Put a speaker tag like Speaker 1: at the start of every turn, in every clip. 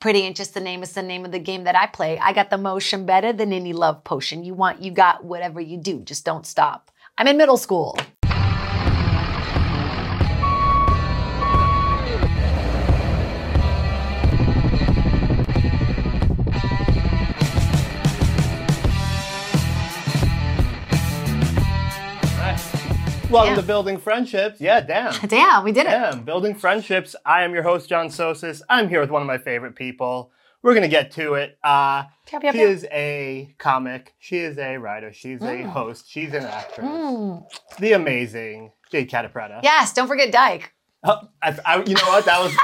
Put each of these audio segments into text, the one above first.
Speaker 1: pretty and just the name is the name of the game that I play. I got the motion better than any love potion. You want, you got whatever you do. Just don't stop. I'm in middle school.
Speaker 2: Welcome
Speaker 1: Yeah.
Speaker 2: to Building Friendships. Yeah, damn.
Speaker 1: Damn, we did it.
Speaker 2: Damn, Building Friendships. I am your host, John Sosis. I'm here with one of my favorite people. We're going to get to it. Uh,
Speaker 1: Pew, pew,
Speaker 2: she
Speaker 1: pew.
Speaker 2: is a comic. She is a writer. She's a host. She's an actress.
Speaker 1: Mm.
Speaker 2: The amazing Jade Catapretta.
Speaker 1: Yes, don't forget Dyke.
Speaker 2: Oh, I, I- you know what? That was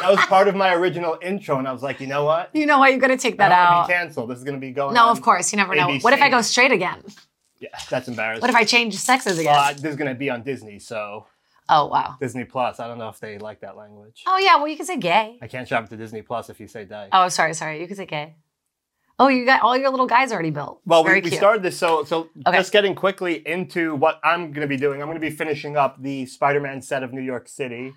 Speaker 2: that was part of my original intro, and I was like, you know what?
Speaker 1: You know what? You're going to take that
Speaker 2: I don't wanna
Speaker 1: out.
Speaker 2: be canceled. This is going to be going.
Speaker 1: No,
Speaker 2: on-
Speaker 1: of course. You never know.
Speaker 2: ABC.
Speaker 1: What if I go straight again?
Speaker 2: Yeah, that's embarrassing.
Speaker 1: What if I change sexes again?
Speaker 2: Uh, this is going to be on Disney, so
Speaker 1: oh, wow.
Speaker 2: Disney Plus. I don't know if they like that language.
Speaker 1: Oh, yeah. Well, you can say gay.
Speaker 2: I can't shop at the Disney Plus if you say die.
Speaker 1: Oh, sorry, sorry. You can say gay. Oh, you got all your little guys already built.
Speaker 2: Well,
Speaker 1: Very
Speaker 2: we, we
Speaker 1: cute.
Speaker 2: started this, so so
Speaker 1: Okay.
Speaker 2: just getting quickly into what I'm going to be doing. I'm going to be finishing up the Spider-Man set of New York City,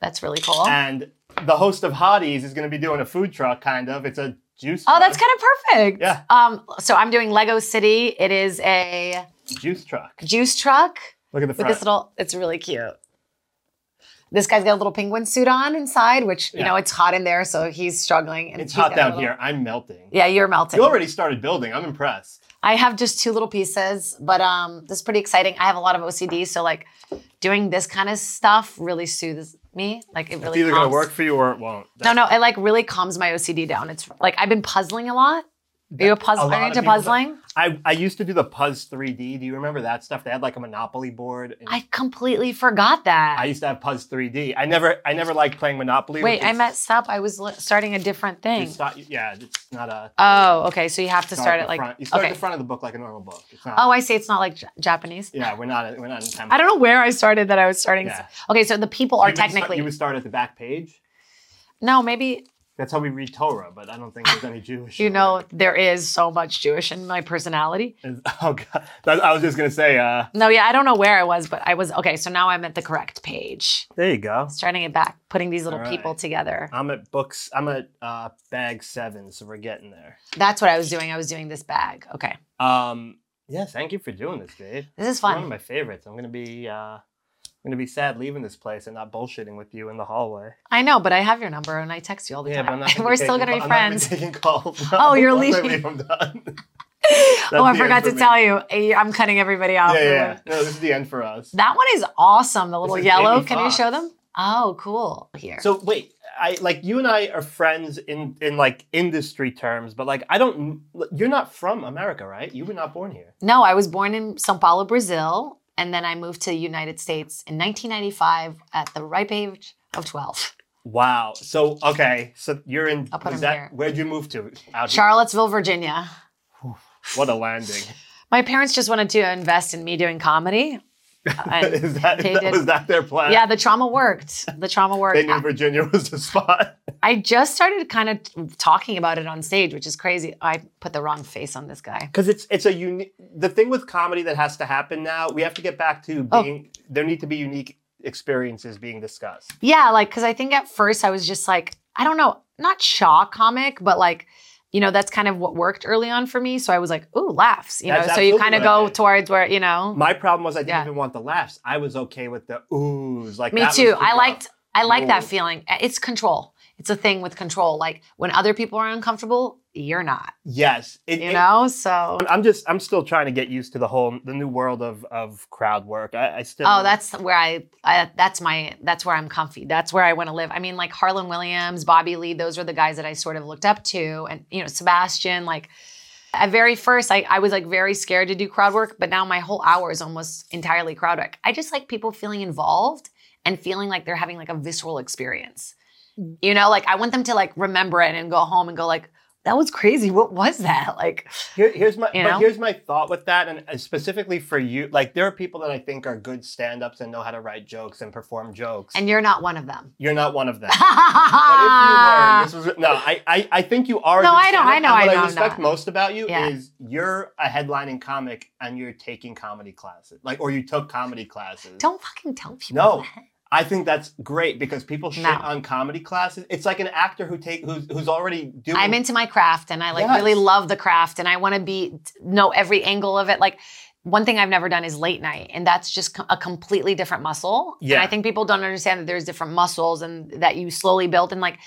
Speaker 1: That's really cool.
Speaker 2: and the host of Hotties is going to be doing a food truck, kind of. It's a juice.
Speaker 1: Oh,
Speaker 2: truck.
Speaker 1: that's kind of perfect.
Speaker 2: Yeah.
Speaker 1: Um, so I'm doing Lego City. It is a
Speaker 2: juice truck.
Speaker 1: juice truck
Speaker 2: Look at the
Speaker 1: with
Speaker 2: front.
Speaker 1: this little. It's really cute. This guy's got a little penguin suit on inside, which you
Speaker 2: Yeah.
Speaker 1: know it's hot in there, so he's struggling. And
Speaker 2: it's
Speaker 1: he's
Speaker 2: hot
Speaker 1: got a
Speaker 2: down
Speaker 1: little-
Speaker 2: here. I'm melting.
Speaker 1: Yeah, you're melting.
Speaker 2: You already started building. I'm impressed.
Speaker 1: I have just two little pieces, but um, this is pretty exciting. I have a lot of OCD, so like doing this kind of stuff really soothes me. Like it
Speaker 2: It's
Speaker 1: really.
Speaker 2: either going
Speaker 1: calms-
Speaker 2: to work for you or it won't.
Speaker 1: No, no, it like really calms my OCD down. It's like I've been puzzling a lot. Are you a puzzle?
Speaker 2: lot
Speaker 1: Are you
Speaker 2: of
Speaker 1: into
Speaker 2: people do.
Speaker 1: puzzling?
Speaker 2: I, I used to do the Puzz 3D. Do you remember that stuff? They had like a Monopoly board. and-
Speaker 1: I completely forgot that.
Speaker 2: I used to have Puzz 3D. I never I never liked playing Monopoly.
Speaker 1: Wait,
Speaker 2: which
Speaker 1: I
Speaker 2: is-
Speaker 1: meant stop. I was li- starting a different
Speaker 2: you
Speaker 1: thing.
Speaker 2: start- yeah, it's not a
Speaker 1: Oh, okay. So you have to
Speaker 2: not
Speaker 1: start
Speaker 2: the
Speaker 1: at like
Speaker 2: front. you start
Speaker 1: okay.
Speaker 2: at the front of the book like a normal book. It's not,
Speaker 1: Oh, I see. It's not like J- Japanese.
Speaker 2: yeah, we're not we're not in time.
Speaker 1: I don't know where I started that I was starting.
Speaker 2: Yeah.
Speaker 1: Okay, so the people are technically
Speaker 2: you would start at the back page.
Speaker 1: no. Maybe
Speaker 2: That's how we read Torah, but I don't think there's any Jewish.
Speaker 1: you know there is so much Jewish in my personality.
Speaker 2: Is- Oh god, That- I was just gonna say. uh
Speaker 1: No, yeah, I don't know where I was, but I was okay. So now I'm at the correct page,
Speaker 2: There you go.
Speaker 1: starting it back, putting these little
Speaker 2: All right.
Speaker 1: people together.
Speaker 2: I'm at books. I'm at uh, bag seven, so we're getting there. That's
Speaker 1: That's what I was doing. I was doing this bag. Okay,
Speaker 2: um, yeah. Thank you for doing this, Dave.
Speaker 1: this is
Speaker 2: It's One of
Speaker 1: fun.
Speaker 2: my favorites. I'm gonna be. Uh, I'm gonna be sad leaving this place and not bullshitting with you in the hallway.
Speaker 1: I know, but I have your number and I text you all the
Speaker 2: Yeah, but
Speaker 1: time.
Speaker 2: I'm not. Gonna be
Speaker 1: We're still
Speaker 2: taking-
Speaker 1: gonna be
Speaker 2: I'm not
Speaker 1: friends.
Speaker 2: taking calls.
Speaker 1: Oh, you're
Speaker 2: Once I
Speaker 1: leaving.
Speaker 2: leave, I'm done.
Speaker 1: Oh, I forgot to tell you. I- I'm cutting everybody off.
Speaker 2: Yeah, yeah. No, this is the end for us.
Speaker 1: That one is awesome. The little
Speaker 2: is
Speaker 1: yellow.
Speaker 2: Jamie
Speaker 1: Can you
Speaker 2: Foxx.
Speaker 1: show them? Oh, cool. Here.
Speaker 2: So wait, I like you and I are friends in in like industry terms, but like I don't. You're not from America, right? You were not born here.
Speaker 1: no, I was born in Sao Paulo, Brazil, and then I moved to the United States in 1995 at the ripe age of 12.
Speaker 2: Wow. So okay, so you're in.
Speaker 1: I'll put
Speaker 2: was
Speaker 1: him
Speaker 2: that-
Speaker 1: here.
Speaker 2: Where'd you move to? Out here.
Speaker 1: Charlottesville, Virginia.
Speaker 2: What a landing.
Speaker 1: My parents just wanted to invest in me doing comedy. And
Speaker 2: is that,
Speaker 1: they
Speaker 2: that-
Speaker 1: did-
Speaker 2: was that their plan?
Speaker 1: yeah, the trauma worked. The trauma worked.
Speaker 2: They knew Virginia was the spot.
Speaker 1: I just started kind of talking about it on stage, which is crazy. I put the wrong face on this guy.
Speaker 2: Because it's it's a unique. The thing with comedy that has to happen now, we have to get back to
Speaker 1: Oh.
Speaker 2: being. There need to be unique experiences being discussed.
Speaker 1: Yeah, like because I think at first I was just like, I don't know, not Shaw comic, but like, you know, that's kind of what worked early on for me. So I was like, ooh, laughs, you
Speaker 2: That's
Speaker 1: know. So you
Speaker 2: absolutely
Speaker 1: kind of
Speaker 2: what I
Speaker 1: go
Speaker 2: did.
Speaker 1: towards where you know.
Speaker 2: My problem was I didn't
Speaker 1: Yeah.
Speaker 2: even want the laughs. I was okay with the oohs. Like
Speaker 1: me
Speaker 2: that was
Speaker 1: too.
Speaker 2: too
Speaker 1: I
Speaker 2: rough.
Speaker 1: liked, I like that
Speaker 2: Ooh.
Speaker 1: feeling. It's control. It's a thing with control. Like when other people are uncomfortable, you're not.
Speaker 2: Yes, it,
Speaker 1: You
Speaker 2: it-
Speaker 1: know. So
Speaker 2: I'm just I'm still trying to get used to the whole the new world of of crowd work. I, I still
Speaker 1: Oh, that's where I, I. That's my. That's where I'm comfy. That's where I want to live. I mean, like Harlan Williams, Bobby Lee. Those are the guys that I sort of looked up to, and you know, Sebastian. Like at very first, I, I was like very scared to do crowd work, but now my whole hour is almost entirely crowd work. I just like people feeling involved and feeling like they're having like a visceral experience.
Speaker 2: Mm.
Speaker 1: You know, like I want them to like remember it and go home and go like, that was crazy. What was that? Like,
Speaker 2: Here, here's my
Speaker 1: You
Speaker 2: but
Speaker 1: know?
Speaker 2: here's my thought with that, and uh, specifically for you, like there are people that I think are good stand ups and know how to write jokes and perform jokes,
Speaker 1: and you're not one of them.
Speaker 2: you're not one of them. But if you were, this was no. I, I, I think you
Speaker 1: Ah.
Speaker 2: are. a
Speaker 1: No,
Speaker 2: good
Speaker 1: I don't- I
Speaker 2: stand-up,
Speaker 1: know,
Speaker 2: and
Speaker 1: I
Speaker 2: What
Speaker 1: know
Speaker 2: I
Speaker 1: I'm
Speaker 2: respect
Speaker 1: not.
Speaker 2: most about you
Speaker 1: Yeah.
Speaker 2: is you're a headlining comic and you're taking comedy classes, like or you took comedy classes.
Speaker 1: Don't fucking tell people.
Speaker 2: No.
Speaker 1: that.
Speaker 2: I think that's great because people shit
Speaker 1: No.
Speaker 2: on comedy classes. It's like an actor who take who's who's already doing.
Speaker 1: I'm into my craft and I like
Speaker 2: Yes.
Speaker 1: really love the craft and I want to be know every angle of it. Like one thing I've never done is late night and that's just co- a completely different muscle. And
Speaker 2: Yeah.
Speaker 1: I think people don't understand that there's different muscles and that you slowly build and like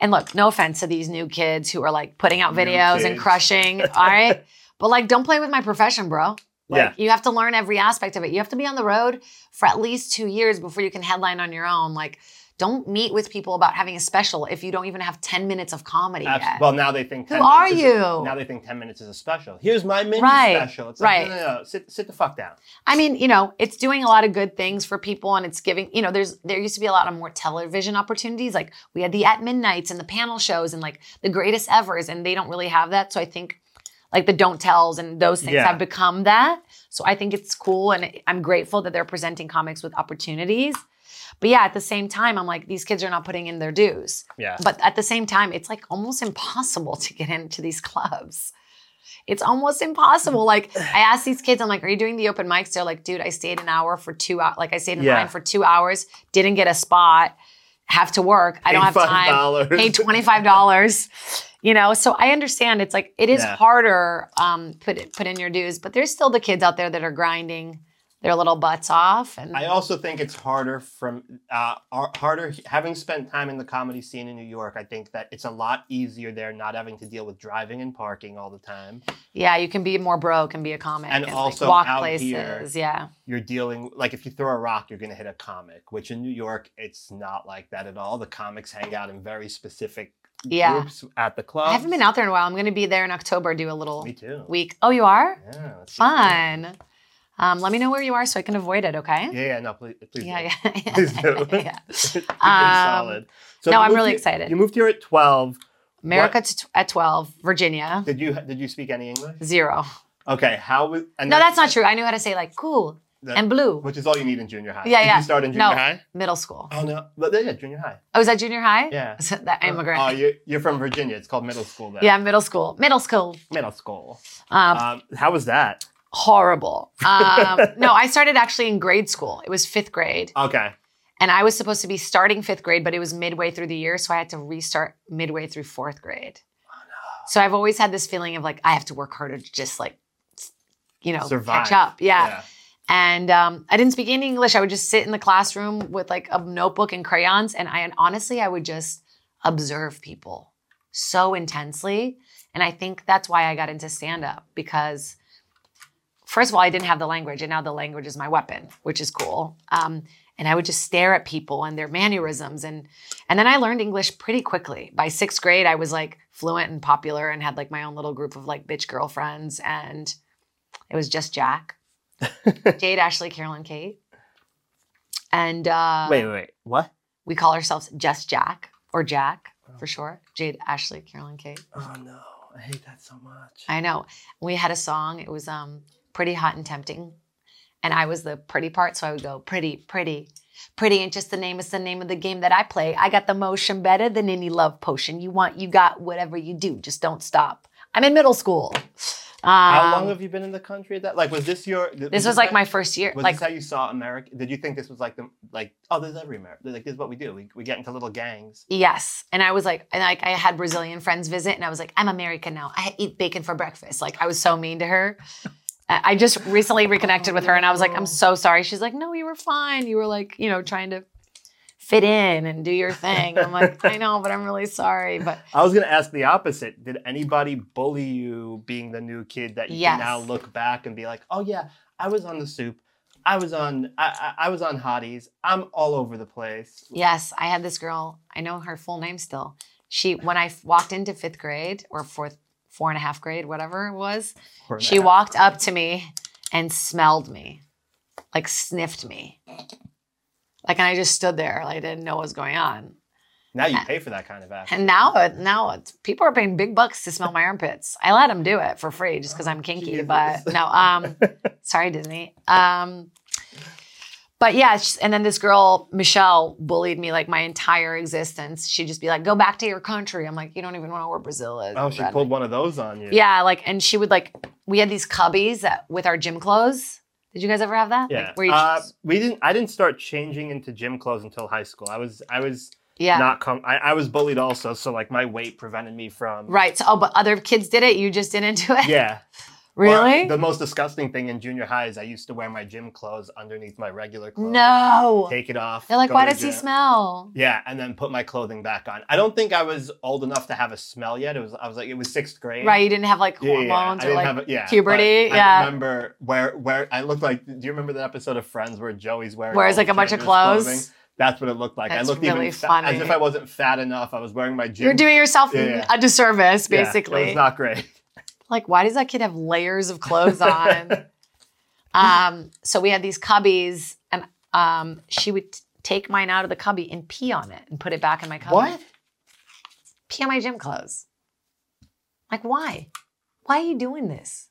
Speaker 1: and look, no offense to these new kids who are like putting out
Speaker 2: New
Speaker 1: videos and
Speaker 2: kids.
Speaker 1: crushing, all right? But like don't play with my profession, bro.
Speaker 2: yeah,
Speaker 1: You have to learn every aspect of it. You have to be on the road for at least 2 years before you can headline on your own. Like don't meet with people about having a special if you don't even have 10 minutes of comedy
Speaker 2: abs-
Speaker 1: yet.
Speaker 2: well now they think.
Speaker 1: Who
Speaker 2: 10
Speaker 1: are
Speaker 2: minutes is-
Speaker 1: you?
Speaker 2: Now they think ten minutes is a special. Here's my mini
Speaker 1: Right,
Speaker 2: special. It's like,
Speaker 1: right.
Speaker 2: No, no, no, sit sit the fuck down.
Speaker 1: I mean, you know, it's doing a lot of good things for people and it's giving, you know, there's there used to be a lot of more television opportunities. Like we had the at midnights and the panel shows and like the greatest evers, and they don't really have that. So I think like the don't tells and those things
Speaker 2: Yeah.
Speaker 1: have become that. So I think it's cool and I'm grateful that they're presenting comics with opportunities. But yeah, at the same time, I'm like, these kids are not putting in their dues.
Speaker 2: Yeah.
Speaker 1: But at the same time, it's like almost impossible to get into these clubs. It's almost impossible.
Speaker 2: Mm.
Speaker 1: Like I asked these kids, I'm like, "Are you doing the open mics?" They're like, "Dude, I stayed an hour for two hours. Like I stayed in
Speaker 2: Yeah.
Speaker 1: line for two hours, didn't get a spot, have to work. I don't have time.
Speaker 2: $5.
Speaker 1: Paid twenty five dollars. You know, so I understand. It's like it is
Speaker 2: Yeah.
Speaker 1: harder. Um, put put in your dues, but there's still the kids out there that are grinding their little butts off. And
Speaker 2: I also think it's harder from uh, ar- harder having spent time in the comedy scene in New York. I think that it's a lot easier there, not having to deal with driving and parking all the time.
Speaker 1: yeah, you can be more broke and be a comic
Speaker 2: And
Speaker 1: like,
Speaker 2: also
Speaker 1: walk
Speaker 2: out
Speaker 1: places.
Speaker 2: here,
Speaker 1: yeah,
Speaker 2: You're dealing like if you throw a rock, you're going to hit a comic, which in New York it's not like that at all. The comics hang out in very specific
Speaker 1: yeah.
Speaker 2: groups at the club.
Speaker 1: I haven't been out there in a while. I'm going to be there in October. Do a little
Speaker 2: Me too.
Speaker 1: week. Oh, you are?
Speaker 2: yeah, let's see.
Speaker 1: Fun. Um, let me know where you are so I can avoid it, okay?
Speaker 2: Yeah, yeah, no, please, please. do.
Speaker 1: Yeah, yeah.
Speaker 2: Please do.
Speaker 1: yeah.
Speaker 2: Keep it
Speaker 1: Um,
Speaker 2: solid. So
Speaker 1: no,
Speaker 2: you
Speaker 1: I'm
Speaker 2: moved
Speaker 1: really
Speaker 2: here-
Speaker 1: excited.
Speaker 2: You moved here at 12.
Speaker 1: America t- at 12, Virginia,
Speaker 2: Did you did you speak any English?
Speaker 1: zero.
Speaker 2: Okay, how was and
Speaker 1: No,
Speaker 2: that-
Speaker 1: that's not true. I knew how to say like cool
Speaker 2: that-
Speaker 1: and blue.
Speaker 2: Which is all you need in junior high.
Speaker 1: Yeah,
Speaker 2: Did
Speaker 1: yeah.
Speaker 2: You start in junior
Speaker 1: No.
Speaker 2: high.
Speaker 1: Middle school.
Speaker 2: Oh no, but yeah, junior high.
Speaker 1: Oh, is that junior high?
Speaker 2: Yeah.
Speaker 1: that immigrant.
Speaker 2: Oh, you, you're from Virginia. It's called middle school there.
Speaker 1: yeah, middle school. Middle school.
Speaker 2: middle school.
Speaker 1: Um,
Speaker 2: Um, how was that?
Speaker 1: horrible. Um, no, I started actually in grade school. It was fifth grade.
Speaker 2: Okay.
Speaker 1: And I was supposed to be starting fifth grade, but it was midway through the year, so I had to restart midway through fourth grade. So I've always had this feeling of like I have to work harder to just like, you know,
Speaker 2: Survive.
Speaker 1: catch up. Yeah. And um, I didn't speak any English. I would just sit in the classroom with like a notebook and crayons, and I and honestly I would just observe people so intensely. And I think that's why I got into stand up because first of all, I didn't have the language, and now the language is my weapon, which is cool. Um, and I would just stare at people and their mannerisms, and and then I learned English pretty quickly. By sixth grade, I was like fluent and popular, and had like my own little group of like bitch girlfriends, and it was just Jack, Jade, Ashley, Carolyn, Kate, and uh,
Speaker 2: wait, wait, wait. What?
Speaker 1: we call ourselves just Jack or Jack for short. Jade, Ashley, Carolyn, Kate.
Speaker 2: Oh no, I hate that so much.
Speaker 1: I know. We had a song. It was um pretty hot and tempting, and I was the pretty part, so I would go pretty, pretty, pretty, and just the name is the name of the game that I play. I got the motion better than any love potion. You want, you got, whatever you do, just don't stop. I'm in middle school. Um,
Speaker 2: how long have you been in the country? at That like was this your? th-
Speaker 1: this was like
Speaker 2: how-
Speaker 1: my first year.
Speaker 2: Was
Speaker 1: like
Speaker 2: this how you saw America? Did you think this was like the like? Oh, there's every America. Like this is what we do. We, we get into little gangs.
Speaker 1: Yes. And I was like, and like I had Brazilian friends visit, and I was like, I'm American now. I eat bacon for breakfast. Like I was so mean to her. I I just recently reconnected with her, and I was like, I'm so sorry. She's like, No, you were fine. You were like, you know, trying to fit in and do your thing. I'm like, I know, but I'm really sorry. But
Speaker 2: I was gonna ask the opposite. Did anybody bully you being the new kid that you
Speaker 1: Yes.
Speaker 2: can now look back and be like, oh yeah, I was on the soup, I was on, I, I, I was on hotties. I'm all over the place.
Speaker 1: Yes, I had this girl. I know her full name still. She when I f- walked into fifth grade or fourth, four and a half grade, whatever it was,
Speaker 2: Or
Speaker 1: she
Speaker 2: that.
Speaker 1: walked up to me and smelled me, like sniffed me. Like and I just stood there, like I didn't know what was going on.
Speaker 2: Now you pay for that kind of action.
Speaker 1: And now, it- now it's, people are paying big bucks to smell my armpits. I let them do it for free just because I'm kinky.
Speaker 2: Jesus.
Speaker 1: But no, um, sorry Disney. Um, but yeah, sh- and then this girl Michelle bullied me like my entire existence. She'd just be like, "Go back to your country." I'm like, "You don't even know where Brazil is."
Speaker 2: Oh, she
Speaker 1: redneck."
Speaker 2: pulled one of those on you.
Speaker 1: Yeah, like, and she would like, we had these cubbies that, with our gym clothes. Did you guys ever have that?
Speaker 2: Yeah.
Speaker 1: Like, where you
Speaker 2: uh,
Speaker 1: just-
Speaker 2: we didn't. I didn't start changing into gym clothes until high school. I was. I was
Speaker 1: yeah.
Speaker 2: not. Com- I, I was bullied also, so like my weight prevented me from.
Speaker 1: right. So, oh, but other kids did it. You just didn't do it.
Speaker 2: Yeah.
Speaker 1: Really?
Speaker 2: Or the most disgusting thing in junior high is I used to wear my gym clothes underneath my regular clothes.
Speaker 1: no.
Speaker 2: Take it off.
Speaker 1: They're like,
Speaker 2: go
Speaker 1: why
Speaker 2: to
Speaker 1: does he
Speaker 2: gym."
Speaker 1: smell?
Speaker 2: Yeah, and then put my clothing back on. I don't think I was old enough to have a smell yet. It was. I was like, it was sixth grade.
Speaker 1: Right. You didn't have like
Speaker 2: Yeah, yeah,
Speaker 1: hormones
Speaker 2: yeah. I
Speaker 1: or
Speaker 2: didn't
Speaker 1: like.
Speaker 2: have a- yeah,
Speaker 1: puberty,
Speaker 2: but
Speaker 1: yeah.
Speaker 2: I remember where where I looked like. Do you remember that episode of Friends where Joey's wearing
Speaker 1: Wears,
Speaker 2: all
Speaker 1: like, a bunch of
Speaker 2: gender
Speaker 1: clothes?
Speaker 2: clothing? That's what it looked like.
Speaker 1: That's
Speaker 2: I looked
Speaker 1: really
Speaker 2: even fa-
Speaker 1: funny.
Speaker 2: as if I wasn't fat enough. I was wearing my gym.
Speaker 1: You're doing yourself
Speaker 2: Yeah, yeah.
Speaker 1: a disservice,
Speaker 2: Yeah,
Speaker 1: basically.
Speaker 2: it was not great.
Speaker 1: like why does that kid have layers of clothes on um so we had these cubbies and um she would t- take mine out of the cubby and pee on it and put it back in my cubby
Speaker 2: What?
Speaker 1: pee on my gym clothes like why why are you doing this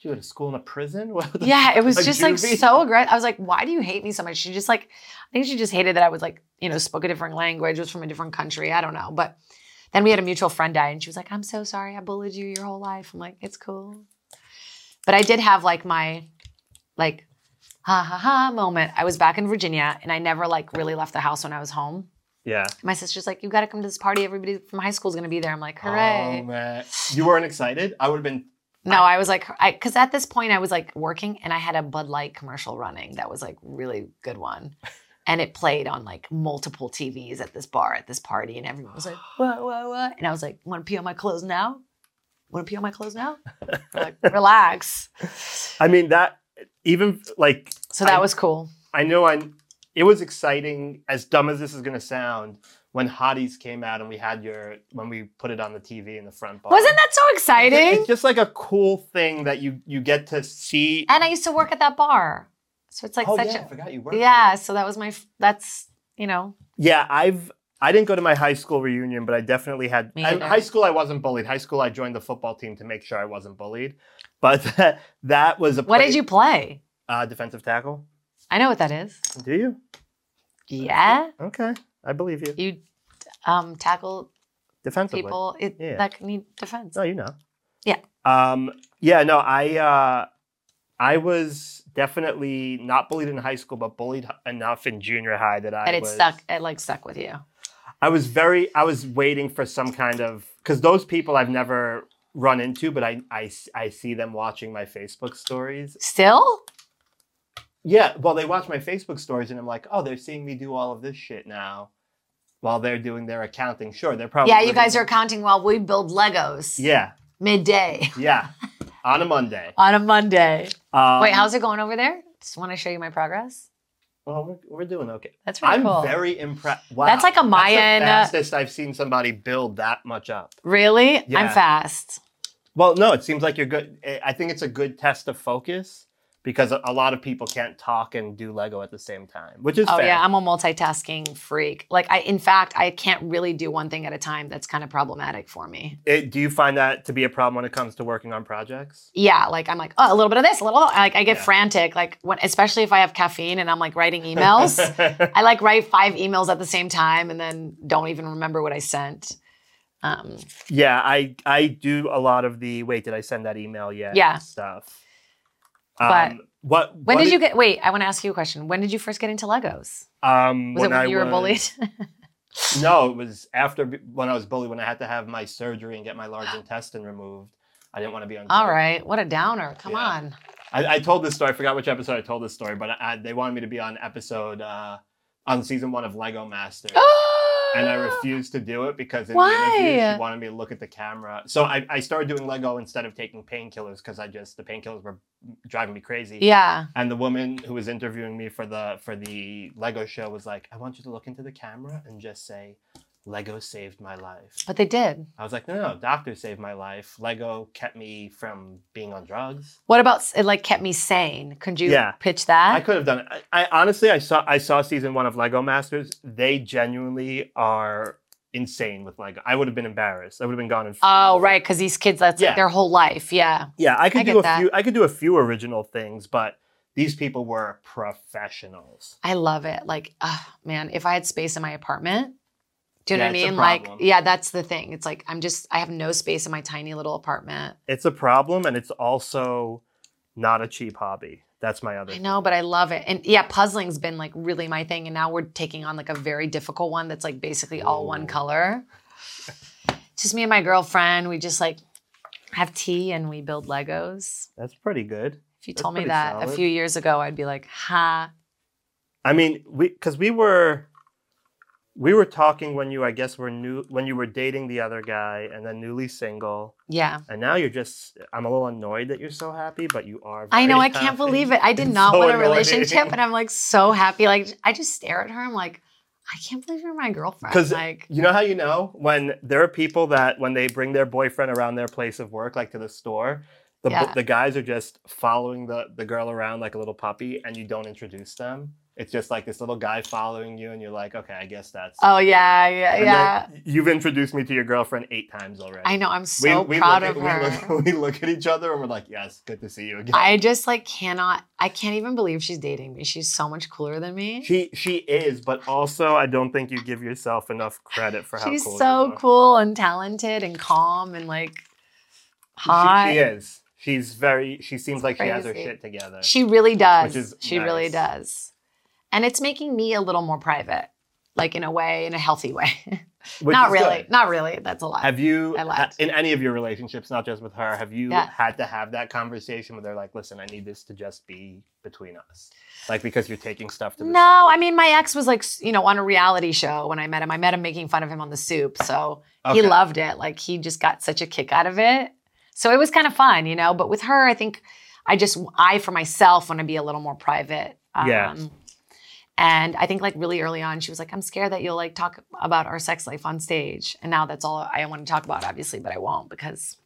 Speaker 2: You went to school in a prison? What the-
Speaker 1: yeah it was
Speaker 2: Like
Speaker 1: just like
Speaker 2: juvie?
Speaker 1: so aggressive i was like why do you hate me so much she just like i think she just hated that i was like you know spoke a different language was from a different country i don't know but then we had a mutual friend die and she was like i'm so sorry i bullied you your whole life i'm like it's cool but i did have like my like ha ha ha moment i was back in virginia and i never like really left the house when i was home
Speaker 2: Yeah.
Speaker 1: my sister's like you got to come to this party everybody from high school's going to be there i'm like
Speaker 2: Oh,
Speaker 1: hooray
Speaker 2: man. You weren't excited? I would have been.
Speaker 1: no i was like i because at this point i was like working and i had a bud light commercial running that was like really good one and it played on like multiple tvs at this bar at this party and everyone was like what what what and i was like want to pee on my clothes now want to pee on my clothes now We're like relax
Speaker 2: I mean, that, even like,
Speaker 1: so that
Speaker 2: I-
Speaker 1: was cool
Speaker 2: I know I, it was exciting, as dumb as this is going to sound, when Hotties came out and we had your, when we put it on the TV in the front bar.
Speaker 1: wasn't that so exciting
Speaker 2: It's just like a cool thing that you you get to see.
Speaker 1: and i used to work at that bar so it's like
Speaker 2: oh,
Speaker 1: such
Speaker 2: yeah, I forgot you
Speaker 1: a
Speaker 2: worked.
Speaker 1: yeah so that was my f- that's you know
Speaker 2: Yeah, I've I didn't go to my high school reunion, but I definitely had
Speaker 1: Me
Speaker 2: I-
Speaker 1: either.
Speaker 2: high school. I wasn't bullied. High school, I joined the football team to make sure I wasn't bullied. But that, was a
Speaker 1: what
Speaker 2: play-
Speaker 1: did you play
Speaker 2: uh, defensive tackle?
Speaker 1: i know what that is
Speaker 2: Do you?
Speaker 1: yeah
Speaker 2: Okay, I believe you.
Speaker 1: you um tackle
Speaker 2: Defensively.
Speaker 1: people it,
Speaker 2: Yeah.
Speaker 1: that can need defense.
Speaker 2: No, you know.
Speaker 1: Yeah.
Speaker 2: Um. Yeah. No. I. Uh, I was definitely not bullied in high school, but bullied h- enough in junior high that I
Speaker 1: And it
Speaker 2: was,
Speaker 1: stuck. It like stuck with you.
Speaker 2: I was very I was waiting for some kind of because those people I've never run into, but I, I s- I see them watching my Facebook stories.
Speaker 1: Still,
Speaker 2: Yeah, well they watch my Facebook stories and I'm like, oh, they're seeing me do all of this shit now, while they're doing their accounting. Sure, they're probably
Speaker 1: yeah. You guys are
Speaker 2: living-
Speaker 1: counting while we build Legos
Speaker 2: yeah
Speaker 1: midday
Speaker 2: yeah on a Monday.
Speaker 1: on a Monday.
Speaker 2: Um,
Speaker 1: Wait, how's it going over there? Just want to show you my progress.
Speaker 2: Well, we're, we're doing okay.
Speaker 1: That's really
Speaker 2: I'm
Speaker 1: cool.
Speaker 2: very impressed. Wow,
Speaker 1: That's like a Mayan, uh,
Speaker 2: That's the fastest I've seen somebody build that much up.
Speaker 1: really, I'm
Speaker 2: Yeah.
Speaker 1: fast.
Speaker 2: Well, no, it seems like you're good. eh, I I think it's a good test of focus because a a lot of people can't talk and do Lego at the same time, which is
Speaker 1: Oh
Speaker 2: fair.
Speaker 1: yeah, I'm a multitasking freak. Like I, in fact, I can't really do one thing at a time. That's kind of problematic for me.
Speaker 2: It- Eh, do you find that to be a problem when it comes to working on projects?
Speaker 1: Yeah, like I'm like, oh, a little bit of this, a little. Like I get
Speaker 2: Yeah.
Speaker 1: frantic, like when, especially if I have caffeine and I'm like writing emails. I like write five emails at the same time and then don't even remember what I sent. Um,
Speaker 2: yeah, I I do a lot of the wait, did I send that email yet?
Speaker 1: Yeah.
Speaker 2: Stuff. Um,
Speaker 1: But-
Speaker 2: what
Speaker 1: when
Speaker 2: what
Speaker 1: did you get? Wait, I want to ask you a question. When did you first get into Legos?
Speaker 2: um
Speaker 1: Was it when
Speaker 2: I
Speaker 1: you were
Speaker 2: was-
Speaker 1: bullied?
Speaker 2: No, it was after b- when I was bullied when I had to have my surgery and get my large intestine removed. I didn't want to be on.
Speaker 1: All
Speaker 2: TV.
Speaker 1: right, what a downer. Come
Speaker 2: Yeah.
Speaker 1: on.
Speaker 2: I, I told this story. I forgot which episode I told this story, but I, I, they wanted me to be on episode uh, on season one of Lego Master, and I refused to do it because in the interview
Speaker 1: Why?
Speaker 2: she wanted me to look at the camera. So I, I started doing Lego instead of taking painkillers because I just the painkillers were driving me crazy.
Speaker 1: Yeah.
Speaker 2: And the woman who was interviewing me for the for the Lego show was like, "I want you to look into the camera and just say." Lego saved my life.
Speaker 1: But they did.
Speaker 2: I was like, no, no, no, doctor saved my life. Lego kept me from being on drugs.
Speaker 1: What about it like kept me sane? Could you
Speaker 2: Yeah.
Speaker 1: pitch
Speaker 2: I
Speaker 1: that?
Speaker 2: could have done it. I, I honestly, I saw, I saw season one of Lego Masters. They genuinely are insane with Lego. I would have been embarrassed. I would have been gone. And
Speaker 1: Oh, right, because these kids, that's
Speaker 2: Yeah.
Speaker 1: like their whole life. Yeah.
Speaker 2: Yeah, I could
Speaker 1: I get
Speaker 2: do a
Speaker 1: that.
Speaker 2: few. I could do a few original things, but these people were professionals.
Speaker 1: I love it. Like, oh, man, if I had space in my apartment, do you know
Speaker 2: Yeah,
Speaker 1: what I
Speaker 2: it's a
Speaker 1: mean? Like,
Speaker 2: problem.
Speaker 1: yeah, that's the thing. It's like, I'm just, I have no space in my tiny little apartment.
Speaker 2: It's a problem, and it's also not a cheap hobby. That's my other.
Speaker 1: I know, but I love it. And yeah, puzzling's been like really my thing. And now we're taking on like a very difficult one that's like basically all
Speaker 2: Ooh.
Speaker 1: one color. just me and my girlfriend, we just like have tea and we build Legos.
Speaker 2: That's pretty good.
Speaker 1: If you
Speaker 2: That's
Speaker 1: told me
Speaker 2: pretty
Speaker 1: that a
Speaker 2: solid.
Speaker 1: few years ago, I'd be like, ha.
Speaker 2: I mean, we because we were we were talking when you I guess were new when you were dating the other guy and then newly single
Speaker 1: Yeah.
Speaker 2: and now you're just I'm a little annoyed that you're so happy, but you are.
Speaker 1: I know,
Speaker 2: very
Speaker 1: I can't
Speaker 2: happy.
Speaker 1: believe it. I did
Speaker 2: It's
Speaker 1: not
Speaker 2: so
Speaker 1: want a
Speaker 2: annoying.
Speaker 1: relationship, and I'm like so happy. Like I just stare at her. I'm like, I can't believe you're my girlfriend.
Speaker 2: 'Cause-
Speaker 1: Like,
Speaker 2: You know how you know when there are people that when they bring their boyfriend around their place of work, like to the store, the bo-
Speaker 1: Yeah.
Speaker 2: the guys are just following the the girl around like a little puppy, and you don't introduce them. It's just like this little guy following you, and you're like, okay, I guess that's.
Speaker 1: oh yeah, yeah,
Speaker 2: And then
Speaker 1: yeah.
Speaker 2: You've introduced me to your girlfriend eight times already.
Speaker 1: I know. I'm so proud of
Speaker 2: look
Speaker 1: her.
Speaker 2: at, We look, we look at each other and we're like, yes, good to see you again.
Speaker 1: I just like cannot. I can't even believe she's dating me. She's so much cooler than me.
Speaker 2: she she is, but also I don't think you give yourself enough credit for how
Speaker 1: she's
Speaker 2: cool
Speaker 1: so
Speaker 2: you are.
Speaker 1: cool and talented and calm and like
Speaker 2: She-
Speaker 1: hot.
Speaker 2: She, is. She's very. She seems like she has her
Speaker 1: Crazy.
Speaker 2: shit together.
Speaker 1: She really does.
Speaker 2: Which is
Speaker 1: she really
Speaker 2: nice.
Speaker 1: does. And it's making me a little more private, like in a way, in a healthy way.
Speaker 2: which
Speaker 1: not
Speaker 2: is
Speaker 1: really.
Speaker 2: good.
Speaker 1: Not really. That's a lot.
Speaker 2: Have you
Speaker 1: I lied.
Speaker 2: in any of your relationships, not just with her, have you
Speaker 1: Yeah.
Speaker 2: had to have that conversation where they're like, "Listen, I need this to just be between us," like because you're taking stuff to the
Speaker 1: no,
Speaker 2: side?
Speaker 1: I mean, my ex was like, you know, on a reality show when I met him. I met him making fun of him on the soup. So
Speaker 2: Okay.
Speaker 1: he loved it. Like, he just got such a kick out of it. So it was kind of fun, you know. But with her, I think I just, I for myself want to be a little more private. Um,
Speaker 2: Yeah.
Speaker 1: And I think like really early on, she was like, I'm scared that you'll like talk about our sex life on stage. And now that's all I want to talk about, obviously, but I won't because,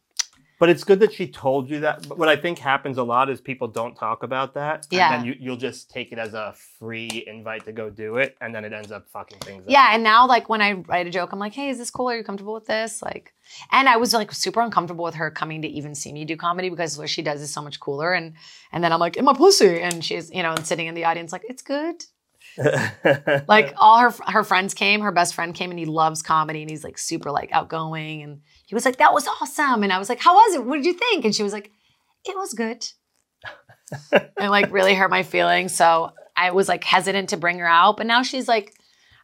Speaker 2: But it's good that she told you that. But what I think happens a lot is people don't talk about that.
Speaker 1: Yeah.
Speaker 2: And then you, you'll just take it as a free invite to go do it. And then it ends up fucking things up.
Speaker 1: yeah. And now like when I write a joke, I'm like, hey, is this cool? Are you comfortable with this? Like, and I was like super uncomfortable with her coming to even see me do comedy because what she does is so much cooler. And and then I'm like, in my pussy. And she's, you know, and sitting in the audience like, it's good.
Speaker 2: Yeah.
Speaker 1: like all her her friends came her best friend came and he loves comedy and he's like super like outgoing and he was like that was awesome and i was like how was it what did you think and she was like it was good and like really hurt my feelings so i was like hesitant to bring her out but now she's like